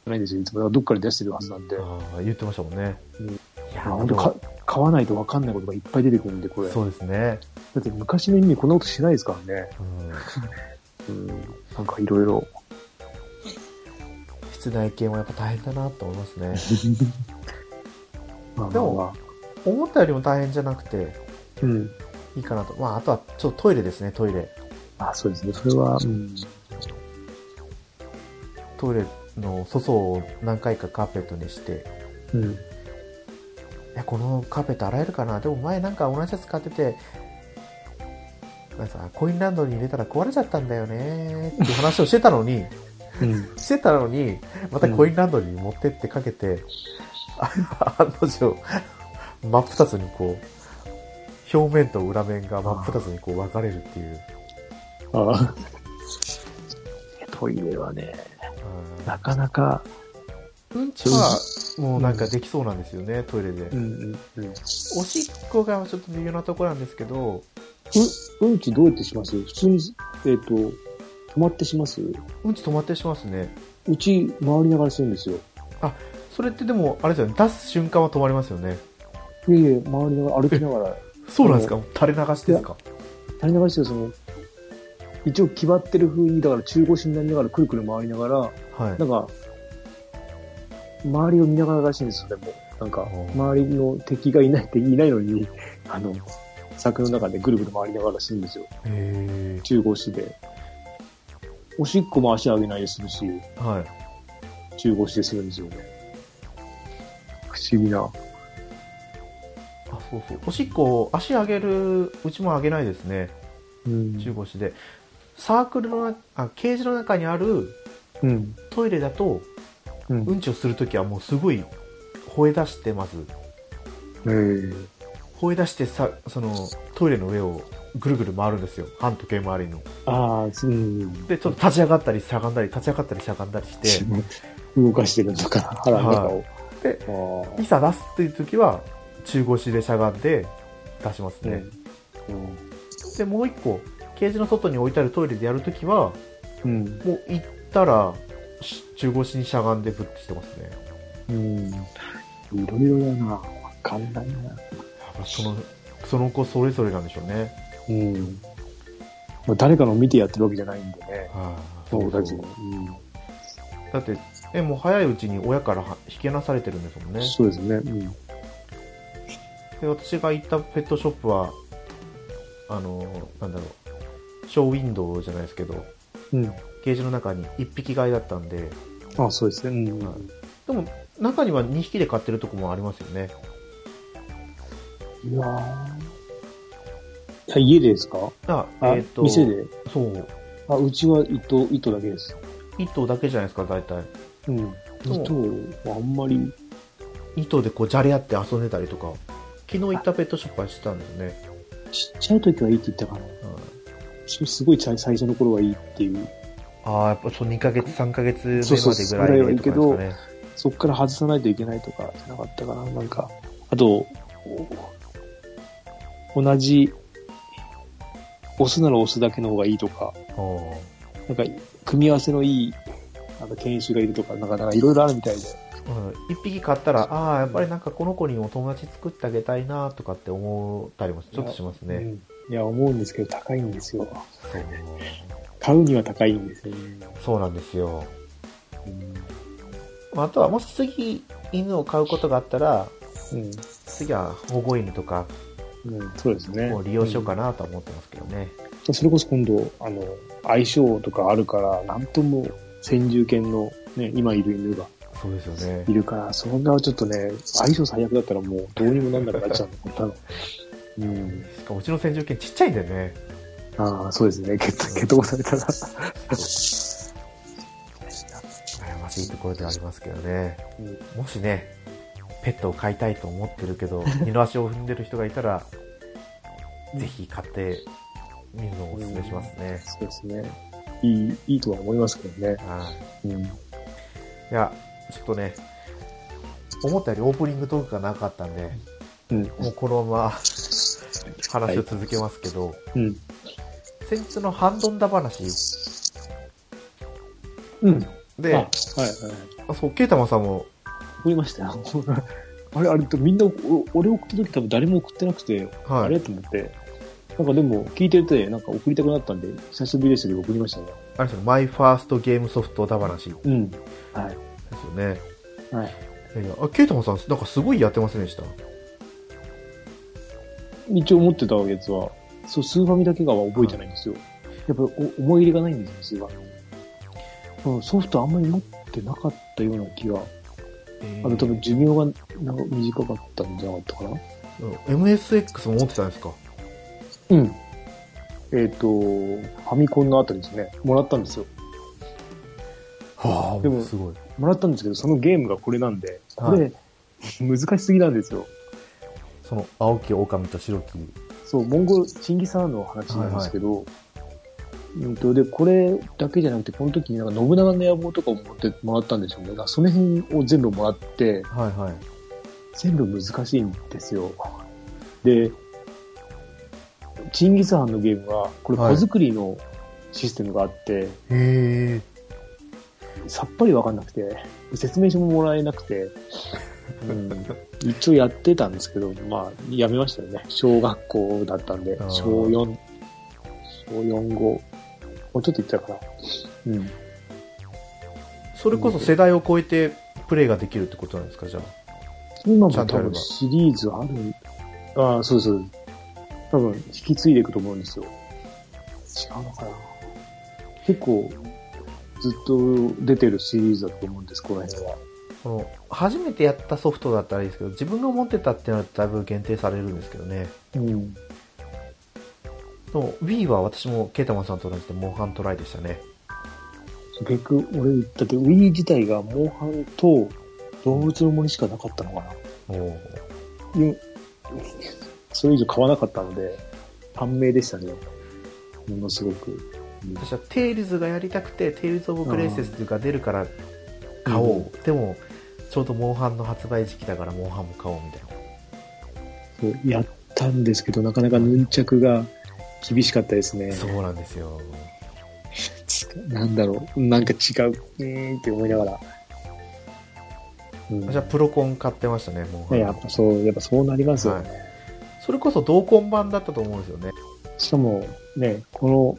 [SPEAKER 2] ないんですよ。いつも。だからどっかで出してるはずなんで。
[SPEAKER 1] ああ言ってましたもんね、
[SPEAKER 2] う
[SPEAKER 1] い
[SPEAKER 2] ん
[SPEAKER 1] や
[SPEAKER 2] ま
[SPEAKER 1] ー
[SPEAKER 2] あ本
[SPEAKER 1] で
[SPEAKER 2] 当
[SPEAKER 1] も
[SPEAKER 2] か買わないとわかんないことがいっぱい出てくるんで、これ。だ
[SPEAKER 1] そうですね、
[SPEAKER 2] って昔の意味こんなことしないですからね。
[SPEAKER 1] うん、
[SPEAKER 2] うん。なんかいろいろ。
[SPEAKER 1] 室内犬はやっぱ大変だなと思いますね
[SPEAKER 2] まあまあまあ
[SPEAKER 1] でも、思ったよりも大変じゃなくて
[SPEAKER 2] うん。
[SPEAKER 1] いいかなとまああとはちょっとトイレですねトイレ
[SPEAKER 2] あ、そうですね。それは、うん。
[SPEAKER 1] トイレの粗相を何回かカーペットにして
[SPEAKER 2] うん。
[SPEAKER 1] いやこのカーペット洗えるかなでも前なんか同じやつ買っててなんかさコインランドリーに入れたら壊れちゃったんだよねっていう話をしてたのに
[SPEAKER 2] うん。
[SPEAKER 1] してたのにまたコインランドリーに持ってってかけて、あ案の定真っ二つにこう表面と裏面が真っ二つにこう分かれるっていう
[SPEAKER 2] ああ。 トイレはね、
[SPEAKER 1] うん
[SPEAKER 2] なかなか、
[SPEAKER 1] うんちはもうなんかできそうなんですよね、トイレで。
[SPEAKER 2] ん、うん。
[SPEAKER 1] おしっこがちょっと微妙なところなんですけど、
[SPEAKER 2] う、うんちどうやってします普通に、えっ、と、止まってします
[SPEAKER 1] うんち止まってしますね。
[SPEAKER 2] うち、回りながらするんですよ。
[SPEAKER 1] それってでも、あれですよね、出す瞬間は止まりますよね。
[SPEAKER 2] いやいや、回りながら、歩きな がら、
[SPEAKER 1] そうなんですか垂れ流しですか
[SPEAKER 2] 垂れ流してる、その、一応決まってる風に、だから中腰になりながら、くるくる回りながら、
[SPEAKER 1] はい
[SPEAKER 2] な。んか、周りを見ながららしいんですよ、でも。なんか
[SPEAKER 1] お、ー
[SPEAKER 2] 周りの敵がいないっていないのに、あの、柵の中でぐるぐる回りながららしいんですよ。
[SPEAKER 1] へ
[SPEAKER 2] 中腰で。おしっこも足上げないでするし、
[SPEAKER 1] ーはい。
[SPEAKER 2] 中腰でするんですよね。不思議な。
[SPEAKER 1] あ、そうそう。おしっこ、足上げる、うちも上げないですね。
[SPEAKER 2] うん
[SPEAKER 1] 中腰で。サークルのな、あ、ケージの中にある
[SPEAKER 2] うん。
[SPEAKER 1] トイレだと、
[SPEAKER 2] うん。
[SPEAKER 1] うんちをするときはもうすごい、吠え出してます。
[SPEAKER 2] えー
[SPEAKER 1] 吠え出してさそのトイレの上をぐるぐる回るんですよ反時計回りの
[SPEAKER 2] ああ、うん。
[SPEAKER 1] でちょっと立ち上がったりしゃがんだり立ち上がったりしゃがんだりして
[SPEAKER 2] 動かしてるのかな、腹の中を。
[SPEAKER 1] で
[SPEAKER 2] あー
[SPEAKER 1] いざ出すっていう時は中腰でしゃがんで出しますね、
[SPEAKER 2] うん。
[SPEAKER 1] でもう一個ケージの外に置いてあるトイレでやる時は
[SPEAKER 2] うん。
[SPEAKER 1] もう行ったらし中腰にしゃがんでぶってしてますね
[SPEAKER 2] うん。いろいろだな。わかんないな。
[SPEAKER 1] やその、その子それぞれなんでしょうね。
[SPEAKER 2] うん。まあ、誰かの見てやってるわけじゃないんでね。
[SPEAKER 1] はい
[SPEAKER 2] 子供たちも
[SPEAKER 1] だって、え、もう早いうちに親からは引き離されてるんですもん
[SPEAKER 2] う
[SPEAKER 1] ね
[SPEAKER 2] ん。。そうですね。うん。
[SPEAKER 1] で、私が行ったペットショップは、あの、なんだろう、ショーウィンドウじゃないですけど、
[SPEAKER 2] うん。
[SPEAKER 1] ケージの中に1匹飼いだったんで、
[SPEAKER 2] あそうですね。うん。
[SPEAKER 1] はいでも、中には2匹で飼ってるとこもありますよね。
[SPEAKER 2] いやーいや家でですか
[SPEAKER 1] あ、え
[SPEAKER 2] あ、
[SPEAKER 1] っ、と、
[SPEAKER 2] 店で
[SPEAKER 1] そう。
[SPEAKER 2] あ、うちは糸、糸だけです。
[SPEAKER 1] 1頭だけじゃないですか、大体。
[SPEAKER 2] うん。
[SPEAKER 1] そう
[SPEAKER 2] 糸はあんまり、
[SPEAKER 1] 2頭でこう、じゃれ合って遊んでたりとか、昨日行ったペットショップはしてたんですね。
[SPEAKER 2] ちっちゃい時はいいって言ったかな。
[SPEAKER 1] はい
[SPEAKER 2] そうすごいちゃ最初の頃はいいっていう。
[SPEAKER 1] ああ、やっぱそう2ヶ月、3ヶ月目ま
[SPEAKER 2] そうそう
[SPEAKER 1] でぐらいでとか
[SPEAKER 2] ぐら
[SPEAKER 1] ですかね。
[SPEAKER 2] そっから外さないといけないとかじゃなかったかな。なんか、あと、お同じ、オスならオスだけの方がいいとか、
[SPEAKER 1] あ
[SPEAKER 2] なんか、組み合わせのいい、なんか犬種がいるとか、なんか、なんかいろいろあるみたいで。
[SPEAKER 1] あうん一匹買ったら、ああ、やっぱりなんかこの子にお友達作ってあげたいなとかって思ったりもちょっとしますね。
[SPEAKER 2] うん。いや、思うんですけど、高いんですよ。
[SPEAKER 1] そう
[SPEAKER 2] 買うには高いんですよね。
[SPEAKER 1] そうなんですよ。
[SPEAKER 2] うん
[SPEAKER 1] まああとは、もし次犬を飼うことがあったら、
[SPEAKER 2] うん。
[SPEAKER 1] 次は保護犬とか
[SPEAKER 2] うん、そうですね。
[SPEAKER 1] を利用しようか
[SPEAKER 2] な。
[SPEAKER 1] なとは思ってますけどね。
[SPEAKER 2] それこそ今度、あの、相性とかあるから、なんとも先住犬のね、今いる犬が
[SPEAKER 1] そうですよね
[SPEAKER 2] い。るから、そんなちょっとね、相性最悪だったらもうどうにもなんなくなっちゃうの、多分。うん。
[SPEAKER 1] しかもうちの先住犬ちっちゃいんでね。
[SPEAKER 2] ああ、そうですね。決決闘されたら。
[SPEAKER 1] 悩ましいところではありますけどね。
[SPEAKER 2] うん
[SPEAKER 1] もしね、ペットを飼いたいと思ってるけ ど、二の足を踏んでる人がいたら、
[SPEAKER 2] うん
[SPEAKER 1] ぜひ飼ってみるのをお勧めしますね。
[SPEAKER 2] そうですね。いい、いいとは思いますけどね。
[SPEAKER 1] はい
[SPEAKER 2] うん。
[SPEAKER 1] いや、ちょっとね、思ったよりオープニングトークがなかったんで、
[SPEAKER 2] うん。
[SPEAKER 1] もうこのまま話を続けますけど、
[SPEAKER 2] うん。
[SPEAKER 1] 先日のハンドンダ話
[SPEAKER 2] うん。
[SPEAKER 1] で、
[SPEAKER 2] あはい、はい。
[SPEAKER 1] あそう、ケイタマさんも、
[SPEAKER 2] 送りましたよ。 あれ、あれ、みんな、お俺送った時多分誰も送ってなくて、
[SPEAKER 1] は
[SPEAKER 2] あ
[SPEAKER 1] い、
[SPEAKER 2] れと思って。なんかでも、聞いてて、なんか送りたくなったんで、久しぶりでしたけど送りましたね。
[SPEAKER 1] あれですよね、マイファーストゲームソフトダ話で
[SPEAKER 2] うん。はい。
[SPEAKER 1] すよね。
[SPEAKER 2] はい。
[SPEAKER 1] いやいや、あ、ケイタマさん、なんかすごいやってませんでした
[SPEAKER 2] 一応持ってたやつは、そう、スーファミだけがは覚えてないんですよ。やっぱお思い入れがないんですよ、スーファミ。うんソフトあんまり持ってなかったような気が。あと多分寿命がなんか短かったんじゃなかったかな。
[SPEAKER 1] うん MSX も持ってたんですか
[SPEAKER 2] うん。えっ、と、ファミコンのあたりですね。もらったんですよ。
[SPEAKER 1] はあ、
[SPEAKER 2] でも
[SPEAKER 1] すごい。
[SPEAKER 2] もらったんですけど、そのゲームがこれなんで、 こ
[SPEAKER 1] は
[SPEAKER 2] れ、難しすぎなんですよ。
[SPEAKER 1] その、青木狼と白木。
[SPEAKER 2] そう、モンゴル、チンギスハーンの話なんですけど、うんと、で、これだけじゃなくて、この時になんか信長の野望とかを持ってもらったんでしょうね。だからその辺を全部もらって、
[SPEAKER 1] はいはい。
[SPEAKER 2] 全部難しいんですよ。で、チンギスハーンのゲームは、これ
[SPEAKER 1] はい
[SPEAKER 2] 子作りのシステムがあって、
[SPEAKER 1] へえ。
[SPEAKER 2] さっぱりわかんなくて、説明書ももらえなくて、うん、一応やってたんですけど、まあ、やめましたよね。小学校だったんで
[SPEAKER 1] あ、ー
[SPEAKER 2] 小4、小4、5、もうちょっと言ったかな。うん。
[SPEAKER 1] それこそ世代を超えてプレイができるってことなんですか、じゃあ。
[SPEAKER 2] 今も
[SPEAKER 1] ちゃ
[SPEAKER 2] 多
[SPEAKER 1] んとやれば
[SPEAKER 2] 分シリーズある、ああ、そうそう。多分引き継いでいくと思うんですよ。違うのかな。結構、ずっと出てるシリーズだと思うんです、この辺は。
[SPEAKER 1] この、初めてやったソフトだったらいいですけど、自分が持ってたってなるとだいぶ限定されるんですけどね。
[SPEAKER 2] うん。
[SPEAKER 1] でも Wii は私もケータマンさんと同じでモンハントライでしたね。
[SPEAKER 2] 結局、俺、だって Wii 自体がモンハンと動物の森しかなかったのかな。
[SPEAKER 1] おお。
[SPEAKER 2] うんそれ以上買わなかったので、短命でしたね。ものすごく。うん
[SPEAKER 1] 私はテイルズがやりたくて、テイルズ・オブ・プレイセスが出るから買おう。でも、ちょうどモンハンの発売時期だからモンハンも買おうみたいな。
[SPEAKER 2] そうやったんですけど、なかなかヌンチャクが厳しかったですね。
[SPEAKER 1] そうなんですよ。
[SPEAKER 2] つなんだろう。なんか違う。うーんって思いながら。うん
[SPEAKER 1] 私はプロコン買ってましたね、モンハン。
[SPEAKER 2] ねやっぱそう、やっぱそうなりますよね。
[SPEAKER 1] はそれこそ同梱版だったと思うんですよね。
[SPEAKER 2] しかも、ね、この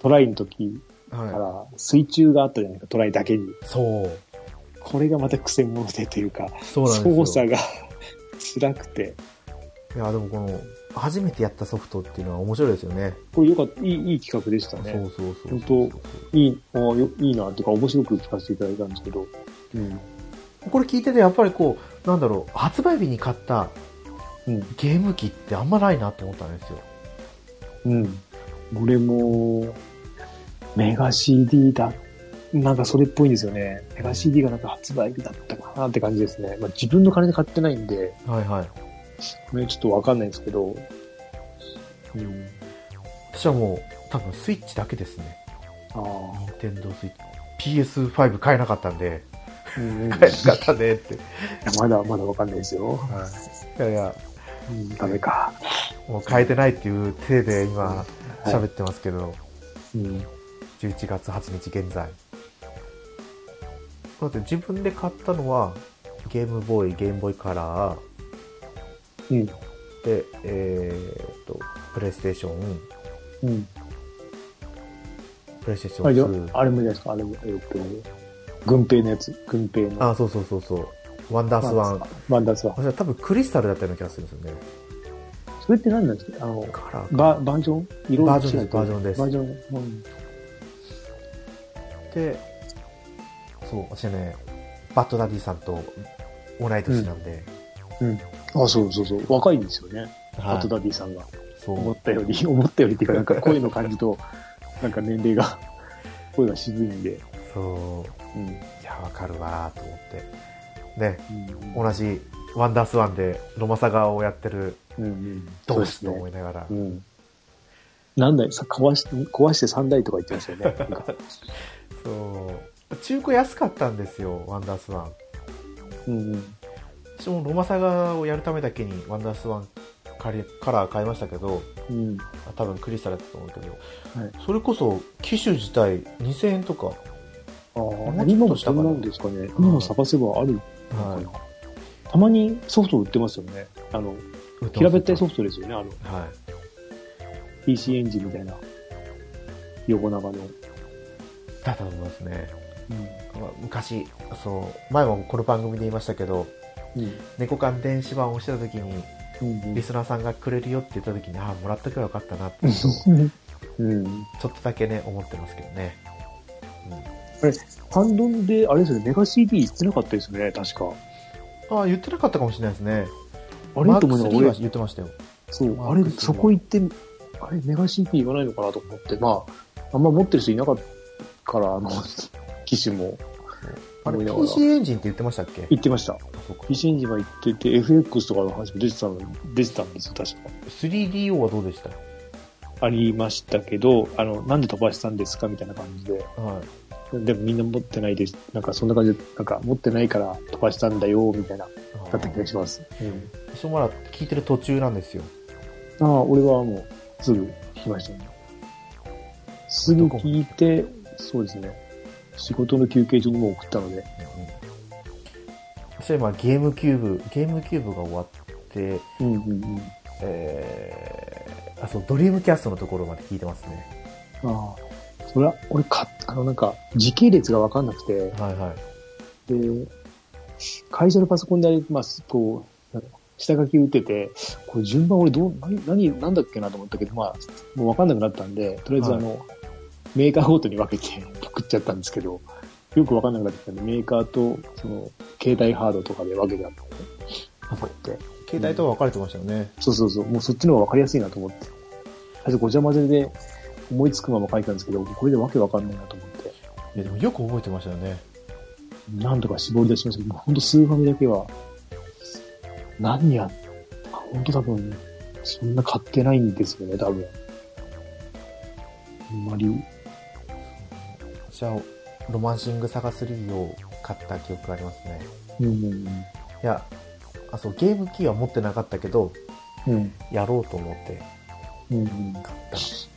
[SPEAKER 2] トライの時か
[SPEAKER 1] は
[SPEAKER 2] ら水中があったじゃないか、トライだけに。
[SPEAKER 1] い。そう。
[SPEAKER 2] これがまた癖者でというか、
[SPEAKER 1] そうなん
[SPEAKER 2] 操
[SPEAKER 1] ですよ。
[SPEAKER 2] 作が 辛くて。
[SPEAKER 1] いや、でもこの、初めてやったソフトっていうのは面白いですよね。
[SPEAKER 2] これよかった、いい、いい企画でし
[SPEAKER 1] そ
[SPEAKER 2] たね。
[SPEAKER 1] うそうそう。
[SPEAKER 2] 本いい、ああよいいな、とか面白く聞かせていただいたんですけど。うん。
[SPEAKER 1] これ聞いてて、やっぱりこう、なんだろう、発売日に買った
[SPEAKER 2] うん。
[SPEAKER 1] ゲーム機ってあんまないなって思ったんですよ。
[SPEAKER 2] うん。俺も、メガ CD だ。なんかそれっぽいんですよね。メガ CD がなんか発売日だったかなって感じですね。まあ自分の金で買ってないんで、
[SPEAKER 1] はいはい。
[SPEAKER 2] これちょっとわかんないんですけど。うん。
[SPEAKER 1] 私はもう、多分スイッチだけですね。
[SPEAKER 2] ああ。
[SPEAKER 1] 任天堂スイッチ。PS5 買えなかったんで、
[SPEAKER 2] う ん、
[SPEAKER 1] 買えなかったねって。
[SPEAKER 2] まだまだわかんないですよ。
[SPEAKER 1] はい。いやいや、
[SPEAKER 2] うん、ダメか。
[SPEAKER 1] もう変えてないっていう手で今、
[SPEAKER 2] い
[SPEAKER 1] 喋ってますけど、
[SPEAKER 2] うん。
[SPEAKER 1] 11月8日現在。だって自分で買ったのは、ゲームボーイ、ゲームボーイカラー、
[SPEAKER 2] うん。
[SPEAKER 1] で、えー、と、プレイステーション、
[SPEAKER 2] うん。
[SPEAKER 1] プレイステーシ
[SPEAKER 2] あれ
[SPEAKER 1] ョ
[SPEAKER 2] よ
[SPEAKER 1] ン2。
[SPEAKER 2] あれもいいじゃないですか。あれも、えっと、軍兵のやつ。軍兵の。
[SPEAKER 1] あそうそうそうそう。ワンダースワン。
[SPEAKER 2] ワンダースワン。
[SPEAKER 1] 私は多分クリスタルだったような気がするんですよね。
[SPEAKER 2] それって何なんですかあの、
[SPEAKER 1] カラー
[SPEAKER 2] ババージョン色
[SPEAKER 1] バージョン
[SPEAKER 2] 違い
[SPEAKER 1] ですバージョンです
[SPEAKER 2] バージョン。うん。
[SPEAKER 1] で、そう、私はね、バッドダディさんと同い年なんで、
[SPEAKER 2] あ、そうそうそう。若いんですよね。
[SPEAKER 1] はい
[SPEAKER 2] アトダディさんが。
[SPEAKER 1] そ
[SPEAKER 2] 思
[SPEAKER 1] う
[SPEAKER 2] っ、たより、 思ったよりっていうか、なんか声の感じと、なんか年齢が、 声が渋いんで。
[SPEAKER 1] そう、
[SPEAKER 2] うん。
[SPEAKER 1] いや、わかるわーと思って。ね、
[SPEAKER 2] うん
[SPEAKER 1] 同じワンダースワンでロマサガをやってる
[SPEAKER 2] うんうん。そう
[SPEAKER 1] 同
[SPEAKER 2] で
[SPEAKER 1] 士
[SPEAKER 2] す
[SPEAKER 1] と
[SPEAKER 2] ね
[SPEAKER 1] 思いながら、
[SPEAKER 2] うん。何台さ壊し壊して3台とか言ってましたよね。なん か
[SPEAKER 1] そう、中古安かったんですよ、ワンダースワン。
[SPEAKER 2] うんうん。
[SPEAKER 1] 私もロマサガをやるためだけにワンダースワン借りカラー買いましたけど、
[SPEAKER 2] うん。
[SPEAKER 1] あ多分クリスタルだったと思うけど、
[SPEAKER 2] い
[SPEAKER 1] それこそ機種自体2000円とか、
[SPEAKER 2] あ
[SPEAKER 1] も
[SPEAKER 2] あ、
[SPEAKER 1] うちょ
[SPEAKER 2] 今
[SPEAKER 1] っと
[SPEAKER 2] も
[SPEAKER 1] し
[SPEAKER 2] そ
[SPEAKER 1] た
[SPEAKER 2] ん
[SPEAKER 1] かな
[SPEAKER 2] なんですかね。今も探せばあるのか
[SPEAKER 1] はい
[SPEAKER 2] な。たまにソフト売ってますよね。あの、平べったいソフトですよね。あの、
[SPEAKER 1] はい
[SPEAKER 2] PC エンジンみたいな。横長の。
[SPEAKER 1] だと思いますね、
[SPEAKER 2] う
[SPEAKER 1] まあ昔そう前もこの番組で言いましたけど
[SPEAKER 2] ん。
[SPEAKER 1] 猫缶電子版をしてた時に
[SPEAKER 2] うん。
[SPEAKER 1] リスナーさんがくれるよって言った時にああもらっとけばよかったなってちょ
[SPEAKER 2] うん。うん。
[SPEAKER 1] っとだけね思ってますけどね、
[SPEAKER 2] あれ、ハンドンで、あれですよね、メガ CD 言ってなかったですよね、確か。
[SPEAKER 1] うん、ああ言ってなかったかもしれないですね
[SPEAKER 2] あれと思いな
[SPEAKER 1] マーク3
[SPEAKER 2] が
[SPEAKER 1] は
[SPEAKER 2] ら、俺、
[SPEAKER 1] 言ってましたよ
[SPEAKER 2] そう、
[SPEAKER 1] マ
[SPEAKER 2] あ
[SPEAKER 1] ー
[SPEAKER 2] れ
[SPEAKER 1] ク、スリー
[SPEAKER 2] そこ行って、あれ、メガ CD 言わないのかなと思って、まあ、あんま持ってる人いなかったから、あ の、機種も
[SPEAKER 1] あれ
[SPEAKER 2] 思いながら
[SPEAKER 1] PC エンジンって言ってましたっけ
[SPEAKER 2] 行ってました。
[SPEAKER 1] あそうか
[SPEAKER 2] PC エンジンは行ってて、FX とかの話も出てたの、出てたんですよ、確か。
[SPEAKER 1] 3DO はどうでした
[SPEAKER 2] ありましたけど、あの、なんで飛ばしたんですかみたいな感じで。
[SPEAKER 1] はい
[SPEAKER 2] でもみんな持ってないです。なんかそんな感じで、なんか持ってないから飛ばしたんだよ、みたいな、
[SPEAKER 1] あ
[SPEAKER 2] だった気がします。うん
[SPEAKER 1] あそまだ聞いてる途中なんですよ
[SPEAKER 2] ああ、俺はもう、すぐ聞きましたね。すぐ聞いて、そうですね。仕事の休憩中にもう送ったので。
[SPEAKER 1] そういえばゲームキューブ、ゲームキューブが終わって、
[SPEAKER 2] うんうんうん。あ
[SPEAKER 1] えー、あ、そう、ドリームキャストのところまで聞いてますね。
[SPEAKER 2] あ。それは、俺か、あのなんか、時系列がわかんなくて、
[SPEAKER 1] はいはい。
[SPEAKER 2] で、会社のパソコンであれ、まあ、こう、なんか下書き打ってて、これ順番俺どう、何、何、なんだっけなと思ったけど、まあ、もうわかんなくなったんで、とりあえずあの、メーカーごとに分けて送っちゃったんですけど、よくわかんなくなってきたんで、メーカーと、その、携帯ハードとかで分けてあったのね
[SPEAKER 1] あそう
[SPEAKER 2] って。
[SPEAKER 1] 携帯とは分かれてましたよね。
[SPEAKER 2] そうそうそう、もうそっちの方が分かりやすいなと思って。最初ごちゃ混ぜで思いつくまま書いたんですけど、これでわけわかんないなと思って。
[SPEAKER 1] いや、でもよく覚えてましたよね。
[SPEAKER 2] なんとか絞り出しましたけど、ほんと数紙だけは、何や、ほんと多分、そんな買ってないんですよね、多分。あんまり、
[SPEAKER 1] じゃあ、ロマンシングサガ3を買った記憶がありますね。
[SPEAKER 2] うん、
[SPEAKER 1] いや、あ、そう、ゲームキーは持ってなかったけど、
[SPEAKER 2] うん、
[SPEAKER 1] やろうと思って。
[SPEAKER 2] うん、うん。そ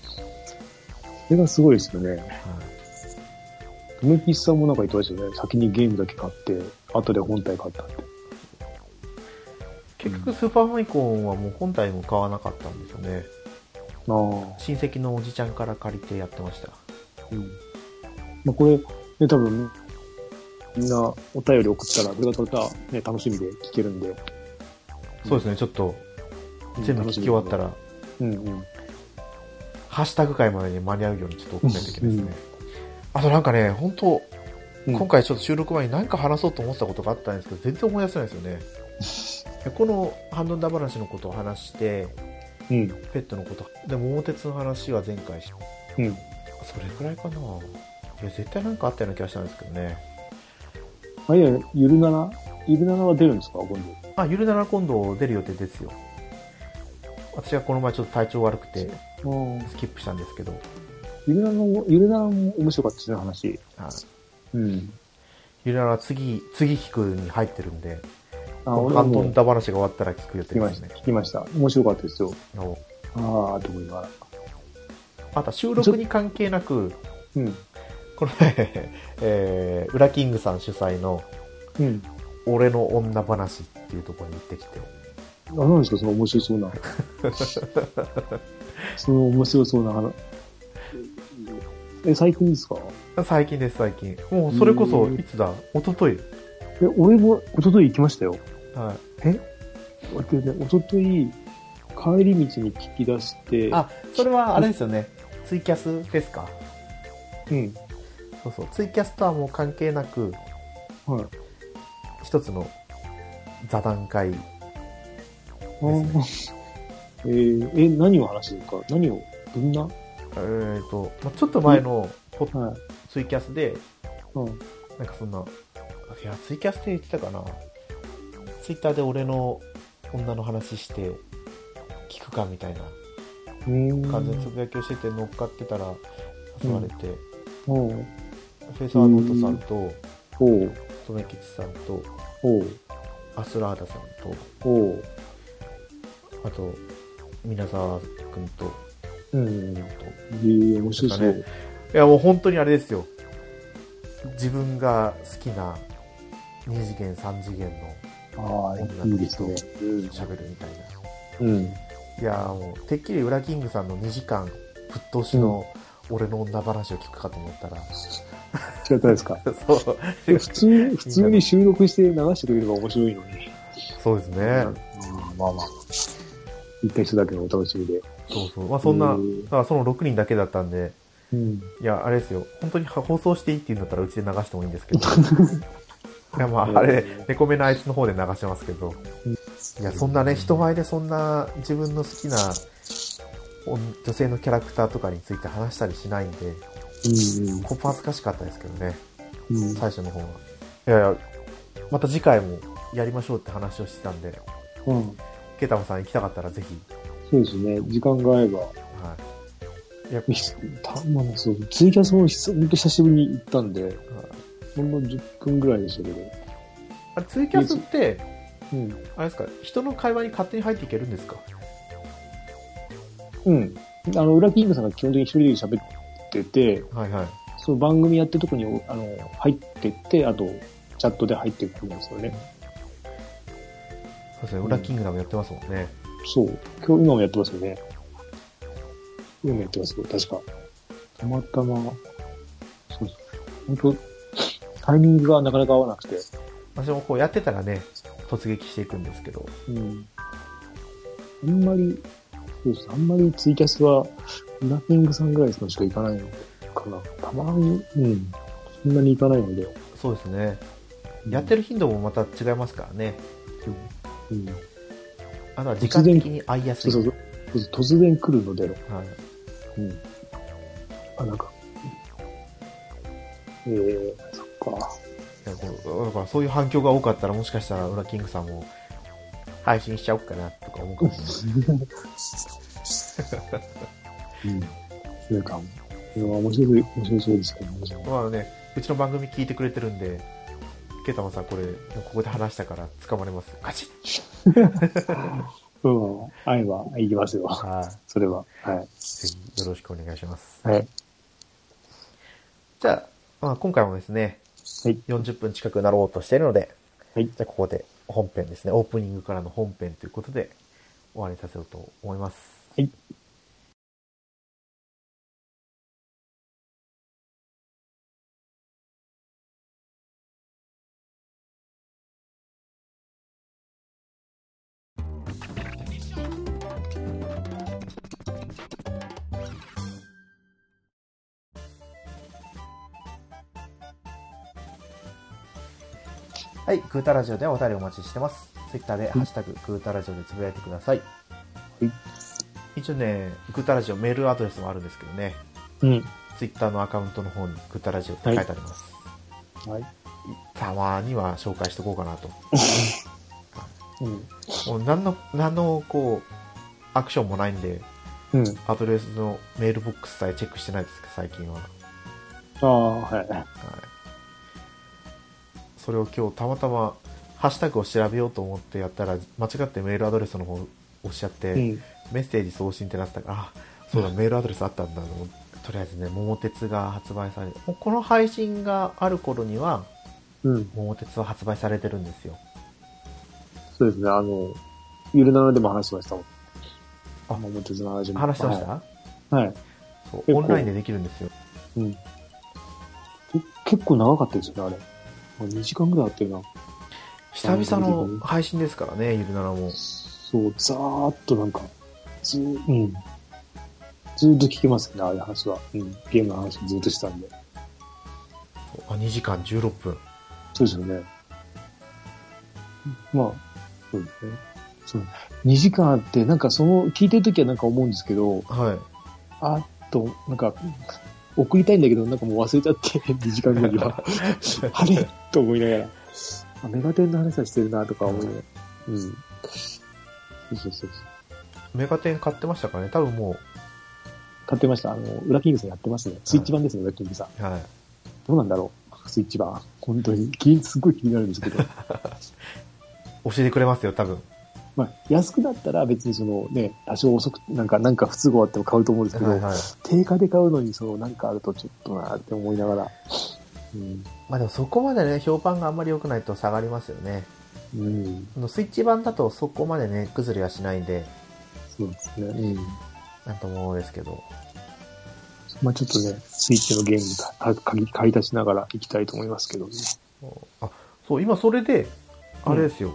[SPEAKER 2] れがすごいですよね。とめきちさんもなんか言ってましたよね。先にゲームだけ買って、後で本体買ったって。
[SPEAKER 1] 結局スーパーファミコンはもう本体も買わなかったんですよね。
[SPEAKER 2] ああ、
[SPEAKER 1] 親戚のおじちゃんから借りてやってました。
[SPEAKER 2] うん。まあ、これ、ね、多分、みんなお便り送ったら、これが取れたら、ね、楽しみで聞けるんで。
[SPEAKER 1] そうですね、ちょっと全部聞き終わったら、
[SPEAKER 2] うんうん。
[SPEAKER 1] ハッシュタグ会までに間に合うようにちょっと送らないといけないですね。あとなんかね、本当
[SPEAKER 2] うん
[SPEAKER 1] 今回ちょっと収録前に何か話そうと思ってたことがあったんですけど、全然思い出せないですよね。 このハンドンダ話のことを話して、
[SPEAKER 2] うん。
[SPEAKER 1] ペットのこと、で、桃鉄の話は前回し
[SPEAKER 2] うん。
[SPEAKER 1] それくらいかな。いや、絶対なんかあったような気がしたんですけどね。
[SPEAKER 2] あれや、ゆるななゆるななは出るんですか今度。
[SPEAKER 1] あ、ゆるなら今度出る予定ですよ。私はこの前ちょっと体調悪くてスキップしたんですけど、
[SPEAKER 2] ゆるななも、ゆるななも面白かったですね、話。
[SPEAKER 1] はい
[SPEAKER 2] うん。
[SPEAKER 1] ゆるならは次、次聞くに入ってるんで、
[SPEAKER 2] あ、
[SPEAKER 1] こ
[SPEAKER 2] 俺
[SPEAKER 1] のハ
[SPEAKER 2] は
[SPEAKER 1] ンド
[SPEAKER 2] もう
[SPEAKER 1] ンダ話が終わったら聞く予
[SPEAKER 2] 聞
[SPEAKER 1] 定
[SPEAKER 2] き
[SPEAKER 1] で
[SPEAKER 2] まし
[SPEAKER 1] す
[SPEAKER 2] た。
[SPEAKER 1] ね。
[SPEAKER 2] 聞きました。面白かったですよ。
[SPEAKER 1] お
[SPEAKER 2] ああ、と思いながら。
[SPEAKER 1] あとは収録に関係なく、
[SPEAKER 2] うん。
[SPEAKER 1] この前、 えー、ウラキングさん主催の
[SPEAKER 2] うん。
[SPEAKER 1] 俺の女話っていうところに行って きて、
[SPEAKER 2] あ、なんですか、その面白そうな。 その面白そうな話。え、最近ですか
[SPEAKER 1] 最近です、最近。もうそれこそ、いつだ一昨日
[SPEAKER 2] え、俺も一昨日行きましたよ。
[SPEAKER 1] はい。
[SPEAKER 2] でね、一昨日帰り道に聞き出して、
[SPEAKER 1] あ、それはあれですよね。ツイキャスですか
[SPEAKER 2] うん。
[SPEAKER 1] そうそう。ツイキャスとはもう関係なく、
[SPEAKER 2] はい。
[SPEAKER 1] 一つの座談会。
[SPEAKER 2] あーえーえ、何を話ですか何をどんなは
[SPEAKER 1] えっ、と、まあちょっと前のポッ
[SPEAKER 2] い。
[SPEAKER 1] ツイキャスで、
[SPEAKER 2] うん。
[SPEAKER 1] なんかそんな、いや、ツイキャスで言ってたかな。ツイッターで俺の女の話して、聞くかみたいな
[SPEAKER 2] うん
[SPEAKER 1] 感じのつぶやきをしてて乗っかってたら誘われて、
[SPEAKER 2] おう
[SPEAKER 1] フェイスアーノートさんと、
[SPEAKER 2] おう
[SPEAKER 1] とめきちさんと、
[SPEAKER 2] おう
[SPEAKER 1] アスラーダさんと、
[SPEAKER 2] おう
[SPEAKER 1] あと、皆沢くんと、
[SPEAKER 2] うん。え
[SPEAKER 1] と
[SPEAKER 2] ー、面白そう。
[SPEAKER 1] いやもう本当にあれですよ。自分が好きな2次元、3次元の
[SPEAKER 2] ああ、いいですね。
[SPEAKER 1] 喋るみたいな。
[SPEAKER 2] うん。
[SPEAKER 1] いやもう、てっきりウラキングさんの2時間ぶっ通しの俺の女話を聞くかと思ったら、
[SPEAKER 2] 違ったですか
[SPEAKER 1] そう、
[SPEAKER 2] え普通、普通に収録して流してくれれば面白いのに。
[SPEAKER 1] そうですね。
[SPEAKER 2] うんまあまあ。行った人だけのお楽しみで。
[SPEAKER 1] そうそう。まあそんな、
[SPEAKER 2] う
[SPEAKER 1] だ
[SPEAKER 2] ん
[SPEAKER 1] からその6人だけだったんで、
[SPEAKER 2] うん。
[SPEAKER 1] いや、あれですよ。本当に放送していいって言うんだったらうちで流してもいいんですけど。 いや、まあ、あれ、猫目のあいつの方で流してますけど。いや、そんなね、人前でそんな自分の好きなお女性のキャラクターとかについて話したりしないんで、
[SPEAKER 2] う
[SPEAKER 1] こっぱ恥ずかしかったですけどね、
[SPEAKER 2] ん。うん。
[SPEAKER 1] 最初の方は。いやいや、また次回もやりましょうって話をしてたんで、
[SPEAKER 2] うん。
[SPEAKER 1] ケタマさん行きたかったらぜひ。
[SPEAKER 2] そうですね。時間が合えば。
[SPEAKER 1] はい。いや、
[SPEAKER 2] たまにそう、ツイキャスもひほんと久しぶりに行ったんで、ほんの10分ぐらいでしたけど。
[SPEAKER 1] あれツイキャスって、
[SPEAKER 2] うん。
[SPEAKER 1] あれですか、人の会話に勝手に入っていけるんですか
[SPEAKER 2] うん。あの、裏キングさんが基本的に一人で喋ってて、
[SPEAKER 1] はいはい。
[SPEAKER 2] その番組やってるとこに、あの、入ってって、あと、チャットで入ってくるんですよね。
[SPEAKER 1] そうですね、裏キングダムやってますもんね。
[SPEAKER 2] そう。今日、今もやってますよね。今もやってますよ、確か。たまたま、そうそう。本当タイミングがなかなか合わなくて。
[SPEAKER 1] 私もこうやってたらね、突撃していくんですけど。
[SPEAKER 2] うん。あんまり、そうです。あんまりツイキャスは、ラッピングさんぐらいのしか行かないのかな。たまに、うん。そんなに行かないので。
[SPEAKER 1] そうですね。やってる頻度もまた違いますからね。
[SPEAKER 2] うん。
[SPEAKER 1] あとは時間的に合いやす
[SPEAKER 2] そう
[SPEAKER 1] い。
[SPEAKER 2] そうそうそう。突然来るの
[SPEAKER 1] は
[SPEAKER 2] で、
[SPEAKER 1] い。
[SPEAKER 2] うん。あ、なんか、えー、そ っか。
[SPEAKER 1] いやこうだからそういう反響が多かったらもしかしたら裏キングさんも配信しちゃおうかなとか思うかもしれない。
[SPEAKER 2] うん。そうかも。いや面白い、面白そうですけどね。
[SPEAKER 1] まあね、うちの番組聞いてくれてるんで、ケタマさんこれ、もうここで話したから掴まれます。カチッ
[SPEAKER 2] うん。愛は、行きますよ。
[SPEAKER 1] はい。
[SPEAKER 2] それは。はい。
[SPEAKER 1] ぜひよろしくお願いします。
[SPEAKER 2] はい。
[SPEAKER 1] じゃあ、まあ、今回もですね、
[SPEAKER 2] はい
[SPEAKER 1] 40分近くなろうとしているので、
[SPEAKER 2] はい
[SPEAKER 1] じゃあここで本編ですね、オープニングからの本編ということで、終わりにさせようと思います。
[SPEAKER 2] はい。
[SPEAKER 1] はい、クータラジオではお便りお待ちしてます。ツイッターで、ハッシュタグ、クータラジオでつぶやいてください。
[SPEAKER 2] はい。
[SPEAKER 1] 一応ね、クータラジオメールアドレスもあるんですけどね、
[SPEAKER 2] うん。
[SPEAKER 1] ツイッターのアカウントの方にクータラジオって書いてあります。
[SPEAKER 2] はい。
[SPEAKER 1] たまには紹介しとこうかなと。
[SPEAKER 2] うん。
[SPEAKER 1] もう何の、何の、こう、アクションもないんで、
[SPEAKER 2] うん。
[SPEAKER 1] アドレスのメールボックスさえチェックしてないですけど、最近は。はい。
[SPEAKER 2] ああ、は
[SPEAKER 1] それを今日たまたま、ハッシュタグを調べようと思ってやったら、間違ってメールアドレスの方押しちゃって、
[SPEAKER 2] い。うん。
[SPEAKER 1] メッセージ送信ってなってたから、あ、そうだ、メールアドレスあったんだと思って、とりあえずね、桃鉄が発売されて、もうこの配信がある頃には、
[SPEAKER 2] うん。
[SPEAKER 1] 桃鉄は発売されてるんですよ。
[SPEAKER 2] そうですね、あの、ゆるならでも話しましたもん。
[SPEAKER 1] あ
[SPEAKER 2] あ、桃鉄の話も。
[SPEAKER 1] 話してました、
[SPEAKER 2] はい。はい。
[SPEAKER 1] そう
[SPEAKER 2] 結構
[SPEAKER 1] オンラインでできるんですよ。
[SPEAKER 2] うん。け結構長かったですよね、あれ。2時間ぐらいあったよな。
[SPEAKER 1] 久々の配信ですからね、ゆるならも。
[SPEAKER 2] そう、ざーっとなんか、ずー、うん。ずーっと聞けますね、ああいう話は。うん。ゲームの話ずーっとしたんで。
[SPEAKER 1] あ、2時間16分。
[SPEAKER 2] そうですよね。まあ、そうですね。そう。2時間あって、なんかその、聞いてるときはなんか思うんですけど、
[SPEAKER 1] はい。
[SPEAKER 2] あーっと、なんか、送りたいんだけど、なんかもう忘れちゃって、2時間 後 には。あれと思いながら。あメガテンの話はしてるな、とか思いながら。うん。そうそうそうそう。
[SPEAKER 1] メガテン買ってましたからね、多分も
[SPEAKER 2] 買ってました。あの、裏キングさんやってますね。スイッチ版ですね、裏キングさ
[SPEAKER 1] う、
[SPEAKER 2] ん。
[SPEAKER 1] はい。
[SPEAKER 2] どうなんだろうスイッチ版。本当に。気にすっごい気になるんで すけど。
[SPEAKER 1] 教えてくれますよ、多分。
[SPEAKER 2] まあ、安くなったら別にそのね、多少遅く、なんか、なんか不都合あっても買うと思うんですけど、
[SPEAKER 1] はいはい。
[SPEAKER 2] 定価で買うのにその、なんかあるとちょっとなって思いながら。うん。
[SPEAKER 1] まあでもそこまでね、評判があんまり良くないと下がりますよね。
[SPEAKER 2] うん。
[SPEAKER 1] あのスイッチ版だとそこまでね、崩れはしないんで、
[SPEAKER 2] そうですね。うん。
[SPEAKER 1] なんとも思うんですけど。
[SPEAKER 2] まあちょっとね、スイッチのゲームたた買い買い足しながら行きたいと思いますけどね。
[SPEAKER 1] あ、そう、今それで、あれですよ。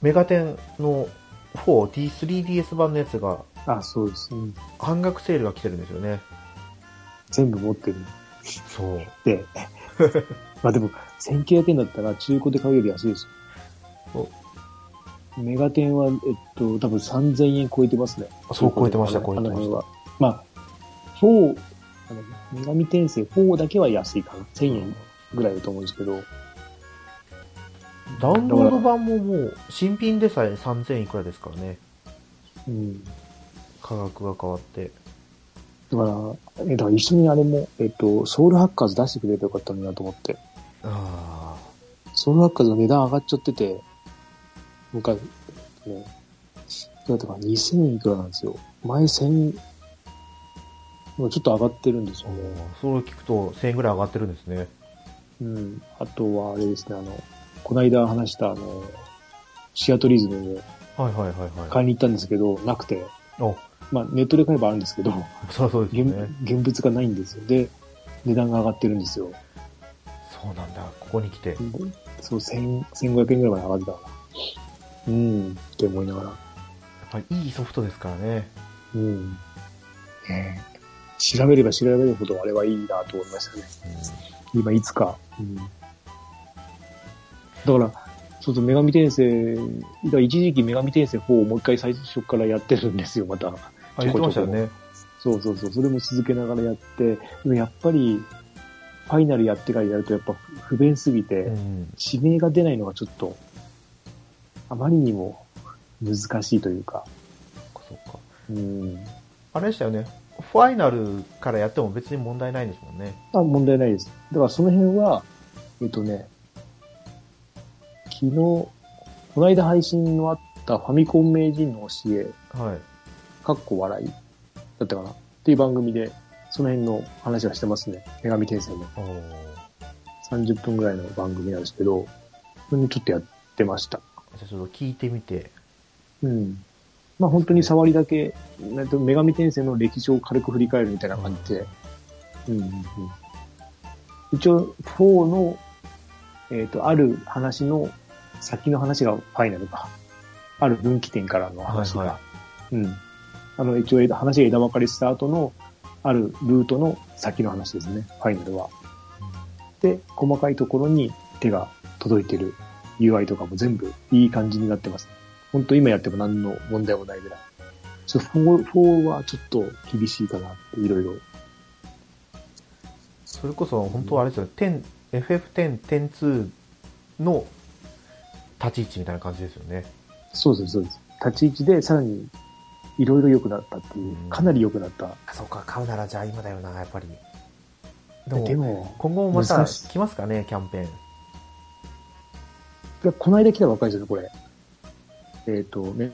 [SPEAKER 1] メガテンの 4D3DS 版のやつが
[SPEAKER 2] あ、そうです。うん。
[SPEAKER 1] 半額セールが来てるんですよね。
[SPEAKER 2] 全部持ってるん
[SPEAKER 1] そう。
[SPEAKER 2] で。 まあでも、1900円だったら中古で買うより安いですよ。メガテンは、えっと、多分3000円超えてますね。
[SPEAKER 1] あそう超えてました
[SPEAKER 2] あの
[SPEAKER 1] 超えてました
[SPEAKER 2] あの辺は。まあ、4、あの、女神転生4だけは安いかな。1000円ぐらいだと思うんですけど、
[SPEAKER 1] ダウンロード版ももう新品でさえ3000いくらですからね。
[SPEAKER 2] うん。だ
[SPEAKER 1] 価格が変わって。
[SPEAKER 2] から、えだから一緒にあれも、えっと、ソウルハッカーズ出してくれればよかったのになと思って。
[SPEAKER 1] ああ。
[SPEAKER 2] ソウルハッカーズの値段上がっちゃってて、僕は、ね、だってから2000いくらなんですよ。前1000、まあちょっと上がってるんですよね。
[SPEAKER 1] それを聞くと1000円ぐらい上がってるんですね。
[SPEAKER 2] うん。あとはあれですね、あの、こないだ話したあの、シアトリズムで
[SPEAKER 1] はいはいはいはい。
[SPEAKER 2] 買いに行ったんですけど、なくて、
[SPEAKER 1] お、
[SPEAKER 2] まあネットで買えばあるんですけど、
[SPEAKER 1] そりゃそうです
[SPEAKER 2] 現
[SPEAKER 1] よね。
[SPEAKER 2] 現物がないんですよ。で、値段が上がってるんですよ。
[SPEAKER 1] そうなんだ。ここに来て。
[SPEAKER 2] そう、1000 1500円ぐらいまで上がってたかな。うん、って思いながら。
[SPEAKER 1] やっぱりいいソフトですからね。
[SPEAKER 2] うん。ねえ調べれば調べるほどあれはいいなと思いましたね。今いつか。うん。だから、そうそう、女神転生、だから一時期女神転生4をもう一回最初からやってるんですよ、また。
[SPEAKER 1] あ、言ってましたよね。
[SPEAKER 2] そうそうそう、それも続けながらやって、でもやっぱり、ファイナルやってからやるとやっぱ不便すぎて、
[SPEAKER 1] うん。
[SPEAKER 2] 指名が出ないのがちょっと、あまりにも難しいというか、
[SPEAKER 1] そっかそっか。
[SPEAKER 2] うん。
[SPEAKER 1] あれでしたよね。ファイナルからやっても別に問題ないですもんね。
[SPEAKER 2] あ、問題ないです。だからその辺は、えっとね、昨日、この間配信のあったファミコン名人の教え、
[SPEAKER 1] はい。
[SPEAKER 2] かっこ笑い、だったかなっていう番組で、その辺の話はしてますね。女神転生の
[SPEAKER 1] おー
[SPEAKER 2] 30分ぐらいの番組なんですけど、それにちょっとやっってました。
[SPEAKER 1] じゃあちょっと聞いてみて。
[SPEAKER 2] うん。まあ本当に触りだけ、なんと女神転生の歴史を軽く振り返るみたいな感じで。うんうんうん、一応、4の、えっ、と、ある話の、先の話がファイナルか。ある分岐点からの話が。
[SPEAKER 1] はいは
[SPEAKER 2] うん。あの、一応枝、話が枝分かれした後の、あるルートの先の話ですね、ファイナルは。で、細かいところに手が届いてる UI とかも全部いい感じになってます。本当今やっても何の問題もないぐらい。ちょっと 4, 4はちょっと厳しいかなって、いろいろ。
[SPEAKER 1] それこそ、本当はあれですよ、10 FF10、102の立ち位置みたいな感じですよね。
[SPEAKER 2] そうです、そうです。立ち位置でさらにいろいろ良くなったっていう
[SPEAKER 1] う、ん
[SPEAKER 2] かなり良くなった。
[SPEAKER 1] あそうか、買うならじゃあ今だよな、やっぱり。で
[SPEAKER 2] で
[SPEAKER 1] も、
[SPEAKER 2] も、
[SPEAKER 1] 今後もまた
[SPEAKER 2] 難しい
[SPEAKER 1] 来ますかね、キャンペーン。
[SPEAKER 2] いやこの間来たばっかりですよね、これ。えっ、とね、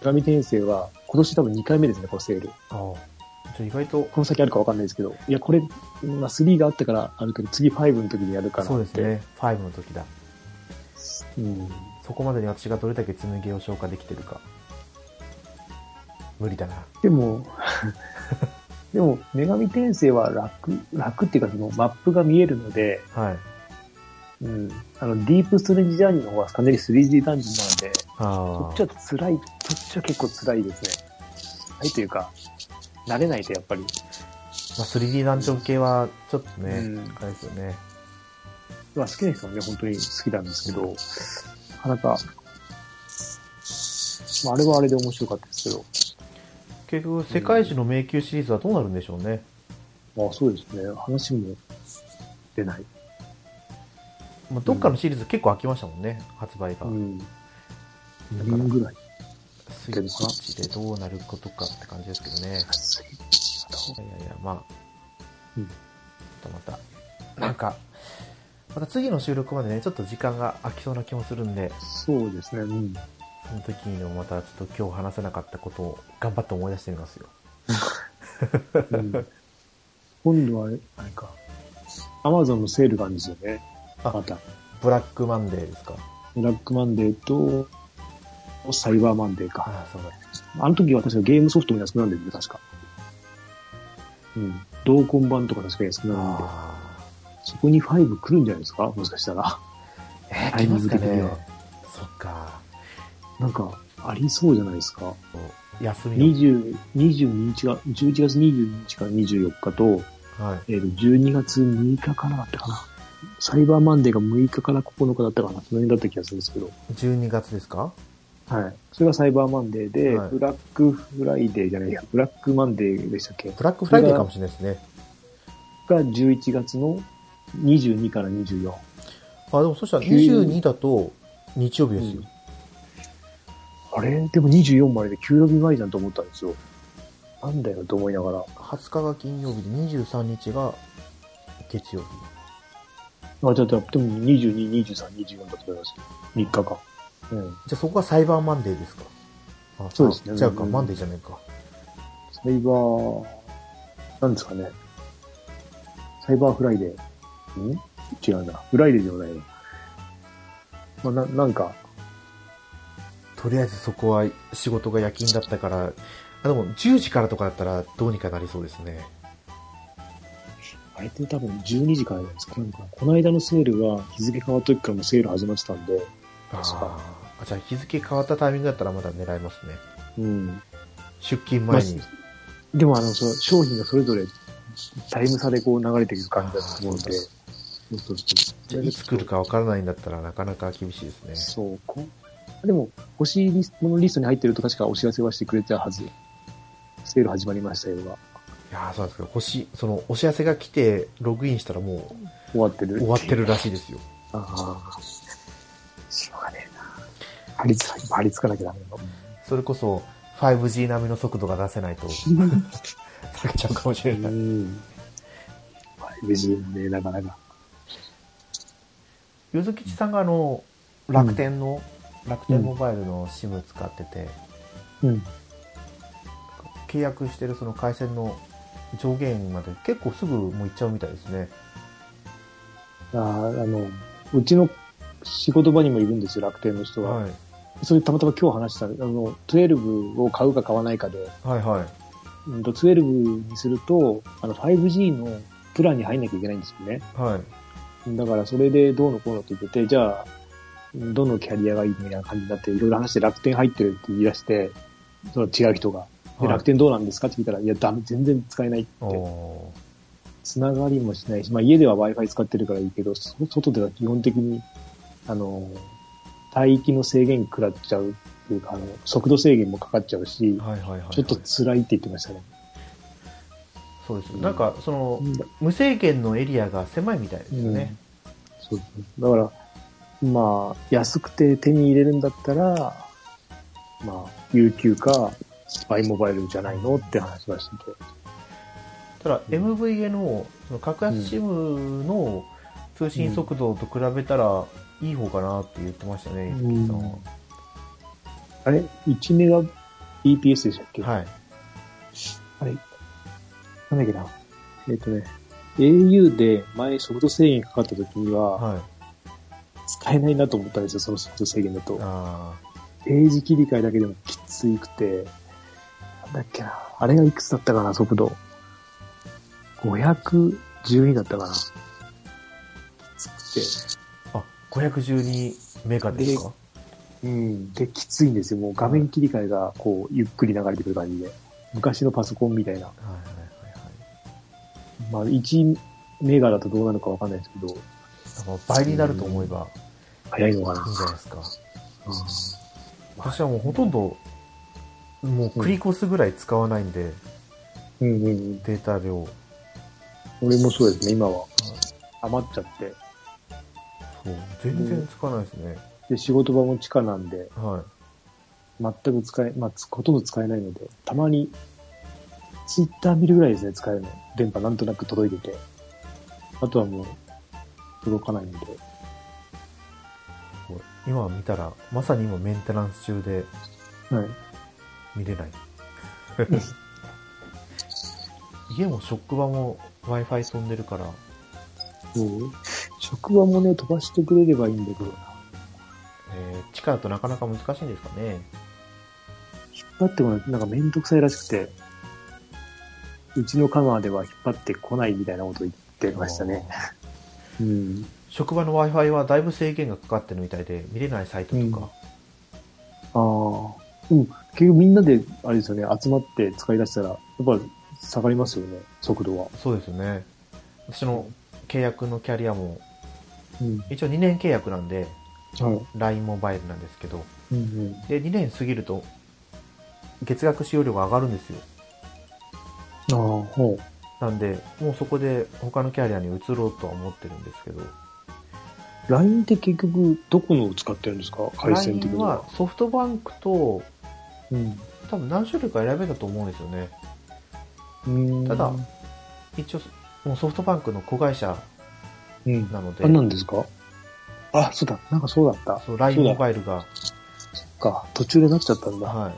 [SPEAKER 2] 女神転生は今年多分2回目ですね、このセール。
[SPEAKER 1] ああ。ちょ意外と、
[SPEAKER 2] この先あるかわかんないですけど、いや、これ、まあ、3があったからあるけど、次5の時にやるかなって。
[SPEAKER 1] そうですね、5の時だ。
[SPEAKER 2] うん。
[SPEAKER 1] そこまでに私がどれだけ紬を消化できてるか。無理だな。
[SPEAKER 2] でも、 でも、女神転生は楽、楽っていうか、そのマップが見えるので、
[SPEAKER 1] はい。
[SPEAKER 2] うん。あの、ディープストレージジャーニーの方は完全に 3D ダンジョンなので、そ
[SPEAKER 1] あ
[SPEAKER 2] っ
[SPEAKER 1] あ
[SPEAKER 2] ち。は辛い、そっちは結構辛いですね。辛いというか、慣れないとやっぱり、
[SPEAKER 1] まあ、3D ダンジョン系は、ちょっとね、
[SPEAKER 2] うん
[SPEAKER 1] あれですよね。
[SPEAKER 2] まあ好きな人もね、本当に好きなんですけど、なかなか、まああれはあれで面白かったですけど、
[SPEAKER 1] 結局、世界一の迷宮シリーズはどうなるんでしょうね。
[SPEAKER 2] まあそうですね。話も出ない。
[SPEAKER 1] まあ、どっかのシリーズ結構飽きましたもんね、発売が。
[SPEAKER 2] うん。
[SPEAKER 1] だ
[SPEAKER 2] 2
[SPEAKER 1] から
[SPEAKER 2] 年ぐらい。
[SPEAKER 1] スイッチでどうなることかって感じですけどね。いやいや、まあ。
[SPEAKER 2] うん
[SPEAKER 1] ちょっとまた、なんか、また次の収録までね、ちょっと時間が空きそうな気もするんで、
[SPEAKER 2] そうですね。うん。
[SPEAKER 1] その時にもまたちょっと今日話せなかったことを頑張って思い出してみますよ。
[SPEAKER 2] うん、 今度はあれ、あれか。アマゾンのセールがあるんですよね。
[SPEAKER 1] あ
[SPEAKER 2] また。
[SPEAKER 1] ブラックマンデーですか
[SPEAKER 2] ブラックマンデーと、サイバーマンデーか。
[SPEAKER 1] ああ、そうだ。
[SPEAKER 2] あの時は確かゲームソフトも安くなるんだよね、確か。うん。同梱版とか確か安くなるんで、
[SPEAKER 1] あ
[SPEAKER 2] そこに5来るんじゃないですかもしかしたら。
[SPEAKER 1] あ。えー、
[SPEAKER 2] タ
[SPEAKER 1] 来
[SPEAKER 2] イミ
[SPEAKER 1] ま
[SPEAKER 2] ン
[SPEAKER 1] す
[SPEAKER 2] グ
[SPEAKER 1] か
[SPEAKER 2] 的に
[SPEAKER 1] ね
[SPEAKER 2] は。
[SPEAKER 1] そっか。
[SPEAKER 2] なんか、ありそうじゃないですか。
[SPEAKER 1] 休みを。
[SPEAKER 2] 20 22日が、11月22日から24日と、
[SPEAKER 1] はい。
[SPEAKER 2] えーと、12月6日からだったかな。サイバーマンデーが6日から9日だったかな。その辺だった気がするんですけど。
[SPEAKER 1] 12月ですか
[SPEAKER 2] はい。それがサイバーマンデーで、
[SPEAKER 1] はい
[SPEAKER 2] ブラックフライデーじゃないや、ブラックマンデーでしたっけ
[SPEAKER 1] ブラックフライデーかもしれないですね。
[SPEAKER 2] が11月の22から24。
[SPEAKER 1] あ、でもそしたら22だと日曜日ですよ。
[SPEAKER 2] あれでも24までで給料日前じゃんと思ったんですよ。なんだよと思いながら。
[SPEAKER 1] 20日が金曜日で23日が月曜日。
[SPEAKER 2] あ、じゃあ、でも22、23、24だと思います。3日間。う
[SPEAKER 1] じ
[SPEAKER 2] ん。
[SPEAKER 1] ゃあそこがサイバーマンデーですかあ
[SPEAKER 2] そうですね
[SPEAKER 1] あじゃあか、
[SPEAKER 2] うん
[SPEAKER 1] マンデーじゃないか。
[SPEAKER 2] サイバー、なんですかね。サイバーフライデー。ん違うな。フライデーではないな。まあ、な、なんか、
[SPEAKER 1] とりあえずそこは仕事が夜勤だったから、あでも10時からとかだったらどうにかなりそうですね。
[SPEAKER 2] あれって多分12時からなんですかなんか、この間のセールは日付変わった時からもセール始まってたんで、
[SPEAKER 1] あ
[SPEAKER 2] 確か
[SPEAKER 1] ーあ。じゃあ日付変わったタイミングだったらまだ狙いますね。
[SPEAKER 2] うん。
[SPEAKER 1] 出勤前に
[SPEAKER 2] ま。あでもあの、その商品がそれぞれタイム差でこう流れていく感じだと思うんで、
[SPEAKER 1] あー
[SPEAKER 2] そうそう
[SPEAKER 1] じゃあいつ来るかわからないんだったらなかなか厳しいですね。
[SPEAKER 2] そうこでも、欲しいリストのリストに入ってると確かお知らせはしてくれてたはず。セール始まりましたよが
[SPEAKER 1] いやーそうなんですけど、星、そのお知らせが来てログインしたらも
[SPEAKER 2] 終わってる。
[SPEAKER 1] う終わって。るらしいですよ。
[SPEAKER 2] ああ。しょうがねえな。張り付か、張り付かなきゃダメ
[SPEAKER 1] それこそ 5G 並みの速度が出せないと、
[SPEAKER 2] なの。
[SPEAKER 1] 下げちゃうかもしれない。
[SPEAKER 2] ん。5G もね、なかなか。
[SPEAKER 1] ゆずきちさんがあの、楽天の、楽天モバイルの SIM 使ってて、
[SPEAKER 2] うん。
[SPEAKER 1] 契約してるその回線の上限まで結構すぐもう行っちゃうみたいですね。
[SPEAKER 2] ああ、あの、うちの仕事場にもいるんですよ、楽天の人は。
[SPEAKER 1] はい。
[SPEAKER 2] それたまたま今日話した、あの、12を買うか買わないかで、
[SPEAKER 1] はいはい。
[SPEAKER 2] うんと、12にすると、あの、5G のプランに入んなきゃいけないんですよね。
[SPEAKER 1] はい。
[SPEAKER 2] だからそれでどうのこうのって言ってて、じゃあ、どのキャリアがいいみたいな感じになって、いろいろ話して楽天入ってるって言い出して、その違う人が。で
[SPEAKER 1] はい
[SPEAKER 2] 楽天どうなんですかって聞いたら、いや、ダメ、全然使えないって。
[SPEAKER 1] お
[SPEAKER 2] つながりもしないし、まあ家では Wi-Fi 使ってるからいいけど、そ外では基本的に、あの、帯域の制限食らっちゃうっていうか、あの、速度制限もかかっちゃうし
[SPEAKER 1] ー、はいはいはいはい。
[SPEAKER 2] ちょっと辛いって言ってましたね。
[SPEAKER 1] そうですよなんか、その
[SPEAKER 2] う、ん
[SPEAKER 1] 無制限のエリアが狭いみたいですよね。
[SPEAKER 2] そうだから、まあ、安くて手に入れるんだったら、まあ、UQ か、スパイモバイルじゃないのって話はしてて。
[SPEAKER 1] ただ、
[SPEAKER 2] うん
[SPEAKER 1] MVNO、その格安 SIM の通信速度と比べたら、いい方かなって言ってましたね、
[SPEAKER 2] う
[SPEAKER 1] 伊
[SPEAKER 2] ん
[SPEAKER 1] 吹さんは。
[SPEAKER 2] あれ ?1 メガ BPS でしたっけ、
[SPEAKER 1] はい。
[SPEAKER 2] あれなんだっけなえっ、とね、au で前速度制限かかった時には、
[SPEAKER 1] はい。
[SPEAKER 2] 使えないなと思ったんですよ、その速度制限だと。
[SPEAKER 1] あ
[SPEAKER 2] 定時切り替えだけでもきついくて、なんだっけな。あれがいくつだったかな、速度。512だったかな。きつ
[SPEAKER 1] あ。あ、512メガですか
[SPEAKER 2] くて。うん。で、きついんですよ。もう画面切り替えが、こう、ゆっくり流れてくる感じで。昔のパソコンみたいな。
[SPEAKER 1] はいはいはいはい。
[SPEAKER 2] まあ、1メガだとどうなるかわかんないですけど、
[SPEAKER 1] あの倍になると思えば
[SPEAKER 2] 早いのか
[SPEAKER 1] いいん
[SPEAKER 2] な。
[SPEAKER 1] じゃないですか。
[SPEAKER 2] うん
[SPEAKER 1] 私はもうほとんど、もう繰り越すぐらい使わないんで、
[SPEAKER 2] うんうんうん。
[SPEAKER 1] データ量。
[SPEAKER 2] 俺もそうですね、今は。余っちゃって。
[SPEAKER 1] そう全然使わないですね。
[SPEAKER 2] で、仕事場も地下なんで、
[SPEAKER 1] はい。
[SPEAKER 2] 全く使え、まあ、つほとんど使えないので、たまに、ツイッター見るぐらいですね、使えるの。電波なんとなく届いてて。あとはもう、届かないんで。
[SPEAKER 1] こう今見たら、まさに今メンテナンス中で
[SPEAKER 2] はい。
[SPEAKER 1] 見 れない。家も職場も Wi-Fi 飛んでるから、
[SPEAKER 2] そう職場もね、飛ばしてくれればいいんだけどな。
[SPEAKER 1] えー、地下だとなかなか難しいんですかね。
[SPEAKER 2] 引っ張ってこない、なんかめんどくさいらしくて、うちのカマでは引っ張ってこないみたいなこと言ってましたね。うん。
[SPEAKER 1] 職場の Wi-Fi はだいぶ制限がかかってるみたいで、見れないサイトとか。
[SPEAKER 2] ああ。でも、結局みんなで、あれですよね、集まって使い出したら、やっぱ下がりますよね、速度は。
[SPEAKER 1] そうですね。私の契約のキャリアも、
[SPEAKER 2] うん。は
[SPEAKER 1] 一応2年契約なんで、
[SPEAKER 2] い。
[SPEAKER 1] LINE モバイルなんですけど、
[SPEAKER 2] うんうん、
[SPEAKER 1] で、2年過ぎると、月額使用量が上がるんですよ。
[SPEAKER 2] ああ、ほ
[SPEAKER 1] なんで、もうそこで他のキャリアに移ろうとは思ってるんですけど、
[SPEAKER 2] う。LINE って結局、どこのを使ってるんですか回線的
[SPEAKER 1] LINE
[SPEAKER 2] に
[SPEAKER 1] は。ソフトバンクと、
[SPEAKER 2] うん
[SPEAKER 1] 多分何種類か選べたと思うんですよね。
[SPEAKER 2] うん
[SPEAKER 1] ただ一応、もうソフトバンクの子会社
[SPEAKER 2] うん。
[SPEAKER 1] なので
[SPEAKER 2] あ、、なんですかあ、そうだ。なんかそうだった。
[SPEAKER 1] そう LINE モバイルが、
[SPEAKER 2] そっか。途中でなっちゃったんだ。
[SPEAKER 1] はい。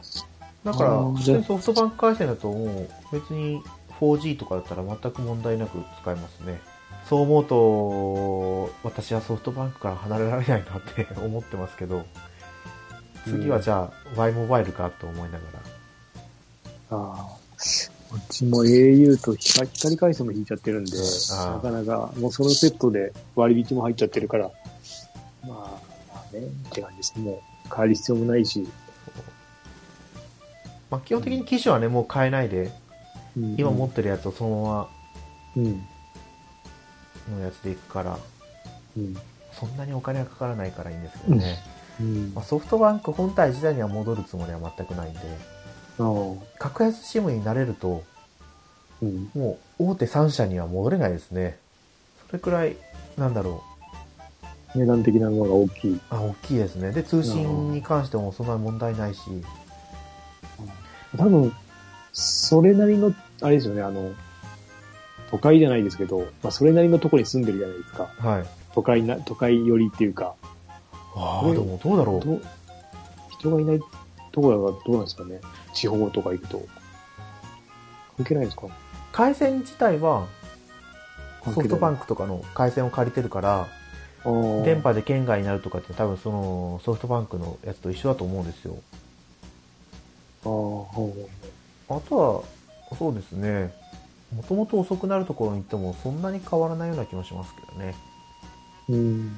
[SPEAKER 1] だから、
[SPEAKER 2] あー
[SPEAKER 1] 普通にソフトバンク回線だともう、別に 4G とかだったら全く問題なく使えますね。そう思うと、私はソフトバンクから離れられないなって 思ってますけど、次はじゃあ、Y モバイルかと思いなが
[SPEAKER 2] ああ。うちも au と光光回線も引いちゃってるんで、
[SPEAKER 1] ああ
[SPEAKER 2] なかなか、もうそのセットで割引も入っちゃってるから、まあ、まあね、って感じですね。もう変える必要もないし。
[SPEAKER 1] ら、まあ、基本的に機種はね、もう変えないで、
[SPEAKER 2] うん
[SPEAKER 1] 今持ってるやつをそのま
[SPEAKER 2] うん。
[SPEAKER 1] まのやつでいくから、
[SPEAKER 2] うん。
[SPEAKER 1] そんなにお金はかからないからいいんですけどね。
[SPEAKER 2] うん。
[SPEAKER 1] ま
[SPEAKER 2] あ
[SPEAKER 1] あ、ソフトバンク本体自体には戻るつもりは全くないんで、
[SPEAKER 2] あ。
[SPEAKER 1] 格安 SIM になれると、
[SPEAKER 2] うん。
[SPEAKER 1] もう大手3社には戻れないですね。それくらい、なんだろ
[SPEAKER 2] 値段的なものが大きい。
[SPEAKER 1] う。あ、大きいですね。で、通信に関してもそんな問題ないし、
[SPEAKER 2] 多分、それなりの、あれですよね、あの、都会じゃないですけど、まあ、それなりのところに住んでるじゃないですか。
[SPEAKER 1] はい。
[SPEAKER 2] 都会な、都会寄りっていうか、
[SPEAKER 1] あ
[SPEAKER 2] こ
[SPEAKER 1] あ、
[SPEAKER 2] れ
[SPEAKER 1] でもどうだろう。
[SPEAKER 2] ど人がいないところはどうなんですかね。地方とか行くと。関係ないんですか
[SPEAKER 1] 回線自体は、
[SPEAKER 2] 関係
[SPEAKER 1] ソ
[SPEAKER 2] な
[SPEAKER 1] フ
[SPEAKER 2] い
[SPEAKER 1] トバンクとかの回線を借りてるから、電
[SPEAKER 2] 電
[SPEAKER 1] 波で県外になるとかって多分そのソフトバンクのやつと一緒だと思うんですよ。
[SPEAKER 2] あー
[SPEAKER 1] あとは、そうですね。もともと遅くなるところに行ってもそんなに変わらないような気もしますけどね。
[SPEAKER 2] うん。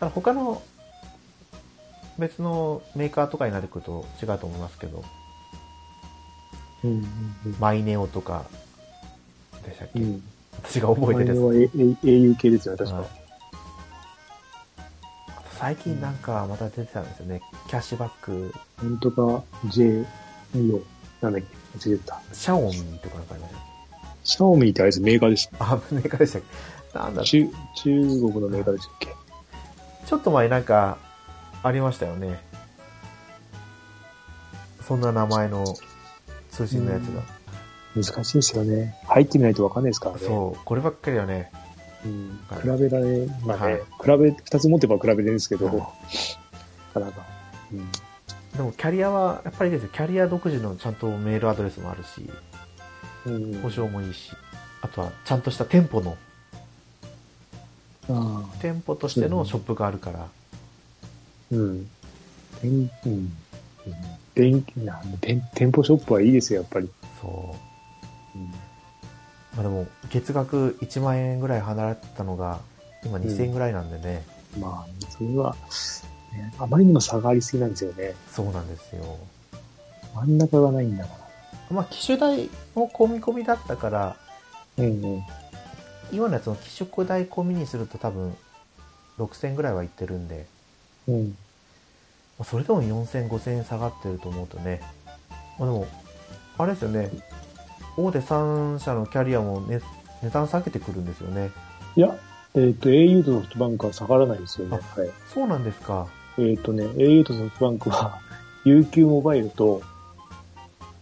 [SPEAKER 1] ただ他の別のメーカーとかになってくると違うと思いますけど、
[SPEAKER 2] うん。うん。
[SPEAKER 1] マイネオとかでしたっけ、
[SPEAKER 2] うん。
[SPEAKER 1] 私が覚えてるやつ。
[SPEAKER 2] 前は A- A- au 系ですよね、確
[SPEAKER 1] はい
[SPEAKER 2] か。
[SPEAKER 1] あと最近なんかまた出てたんですよね。キャッシュバック、
[SPEAKER 2] なんとか J、いよ。なんだっけ忘れてた。
[SPEAKER 1] シャオミとかなんかありました
[SPEAKER 2] シャオミってあれです、メーカーでした。
[SPEAKER 1] あ、メーカーでしたっけなんだち
[SPEAKER 2] 中、中国のメーカーでしたっけ
[SPEAKER 1] ょっと前なんかありましたよね。そんな名前の通信のやつが。
[SPEAKER 2] 難しいですよね。入ってみないとわかんないですからね。
[SPEAKER 1] そう、こればっかりはね。
[SPEAKER 2] う。ん、比べられ、まあ
[SPEAKER 1] は
[SPEAKER 2] ね、
[SPEAKER 1] い
[SPEAKER 2] 比べ、二つ持てば比べれるんですけど、
[SPEAKER 1] はい
[SPEAKER 2] なかなか。うん。
[SPEAKER 1] でもキャリアは、やっぱりですよ、キャリア独自のちゃんとメールアドレスもあるし、
[SPEAKER 2] うん
[SPEAKER 1] 保証もいいし、あとはちゃんとした店舗の、
[SPEAKER 2] ああ。
[SPEAKER 1] 店舗としてのショップがあるから、
[SPEAKER 2] うん。店、うん。電気なん店店舗ショップはいいですよ、やっぱり。
[SPEAKER 1] そう。
[SPEAKER 2] うん
[SPEAKER 1] まあでも、月額1万円ぐらい離れてたのが、今2000円ぐらいなんでね、
[SPEAKER 2] まあ、それは、ね、あまりにも差がありすぎなんですよね。
[SPEAKER 1] そうなんですよ。
[SPEAKER 2] 真ん中がないんだか
[SPEAKER 1] まあ、機種代も込み込みだったから、
[SPEAKER 2] ら。うんうん。
[SPEAKER 1] 今のやつの機種代込みにすると多分6000ぐらいはいってるんで、
[SPEAKER 2] うん。
[SPEAKER 1] まあそれでも4000、5000円下がってると思うとね、まあ、でも、あれですよね、大手3社のキャリアも、ね、値段下げてくるんですよね。
[SPEAKER 2] いや、えっ、と、au とソフトバンクは下がらないですよね。はい。
[SPEAKER 1] そうなんですか。
[SPEAKER 2] えっ、とね、au とソフトバンクは、UQ モバイルと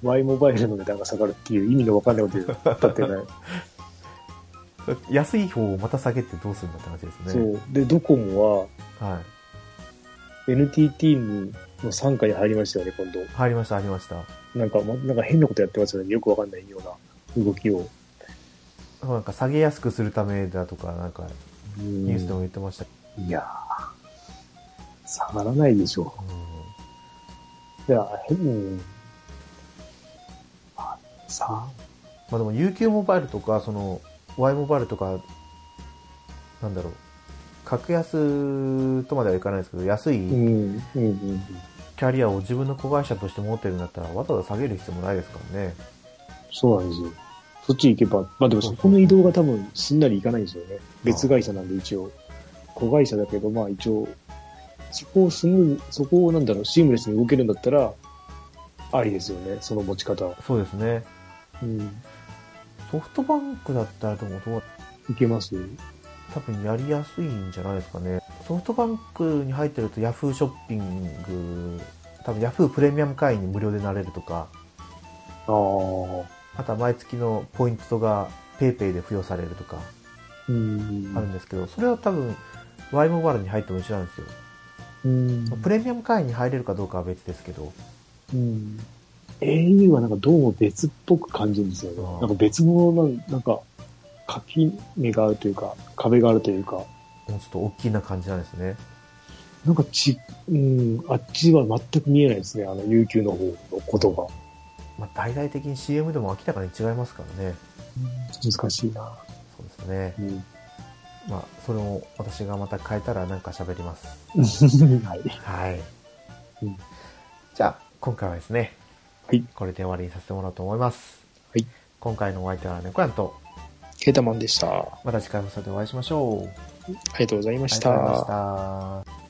[SPEAKER 2] Y モバイルの値段が下がるっていう意味のわかんないこと言ったっ てない。
[SPEAKER 1] 安い方をまた下げてどうするんだって話です
[SPEAKER 2] そ
[SPEAKER 1] ね。
[SPEAKER 2] う。で、ドコモは
[SPEAKER 1] はい。
[SPEAKER 2] NTT にの傘下に入りましたよね、今度。
[SPEAKER 1] 入りました、入りました。
[SPEAKER 2] なんか、ま、なんか変なことやってますよね。よくわかんないような動きを。
[SPEAKER 1] なんか下げやすくするためだとか、なんかニ
[SPEAKER 2] ニ
[SPEAKER 1] ュースでも言ってましたけ
[SPEAKER 2] いやー、下がらないでしょ
[SPEAKER 1] ど、
[SPEAKER 2] う。いや、変に、あ、さ、
[SPEAKER 1] まあでも UQ モバイルとかその Y モバイルとかなんだろう格安とまではいかないですけど安い
[SPEAKER 2] うん、うん、うん。
[SPEAKER 1] キャリアを自分の子会社として持ってるんだったらわざわざ下げる必要もないですからね
[SPEAKER 2] そうなんですよ。そっち行けば、まあでもそこの移動が多分すんなりいかないんですよね。別会社なんで一応。子会社だけど、まあ一応、そこをスムーズ、そこをなんだろう、シームレスに動けるんだったら、ありですよね、その持ち方は。
[SPEAKER 1] そうですね
[SPEAKER 2] うん。
[SPEAKER 1] ソフトバンクだったらでもどう
[SPEAKER 2] いけます
[SPEAKER 1] 多分やりやすいんじゃないですかねソフトバンクに入ってると Yahoo ショッピング多分 Yahoo プレミアム会員に無料でなれるとか
[SPEAKER 2] ああ。
[SPEAKER 1] あとは毎月のポイントが PayPay で付与されるとか
[SPEAKER 2] うん
[SPEAKER 1] あるんですけど、それは多分 Y モバイルに入っても一緒なんですよ、
[SPEAKER 2] うん。
[SPEAKER 1] プレミアム会員に入れるかどうかは別ですけど
[SPEAKER 2] うん。au はなんかどうも別っぽく感じるんですよね
[SPEAKER 1] あ。ー
[SPEAKER 2] なんか別物なん、なんか、垣根があるというか、壁があるというか、
[SPEAKER 1] もうちょっと大きな感じなんですね
[SPEAKER 2] なんかち、うん、あっちは全く見えないですね、あの、UQ の方のことが。
[SPEAKER 1] まあ大々的に CM でも明らかに違いますからね
[SPEAKER 2] 難しいな。
[SPEAKER 1] そうですね
[SPEAKER 2] うん。
[SPEAKER 1] まあそれを私がまた変えたらなんか喋ります
[SPEAKER 2] はい。
[SPEAKER 1] はい、
[SPEAKER 2] うん
[SPEAKER 1] じゃあ今回はですね、
[SPEAKER 2] はい
[SPEAKER 1] これで終わりにさせてもらおうと思います、
[SPEAKER 2] はい、
[SPEAKER 1] 今回のお相手はネコヤンと
[SPEAKER 2] ケータマンでした。あ
[SPEAKER 1] また次回の放送でお会いしましょう
[SPEAKER 2] りがとうございま
[SPEAKER 1] あり
[SPEAKER 2] し
[SPEAKER 1] がとうございま
[SPEAKER 2] た
[SPEAKER 1] し。た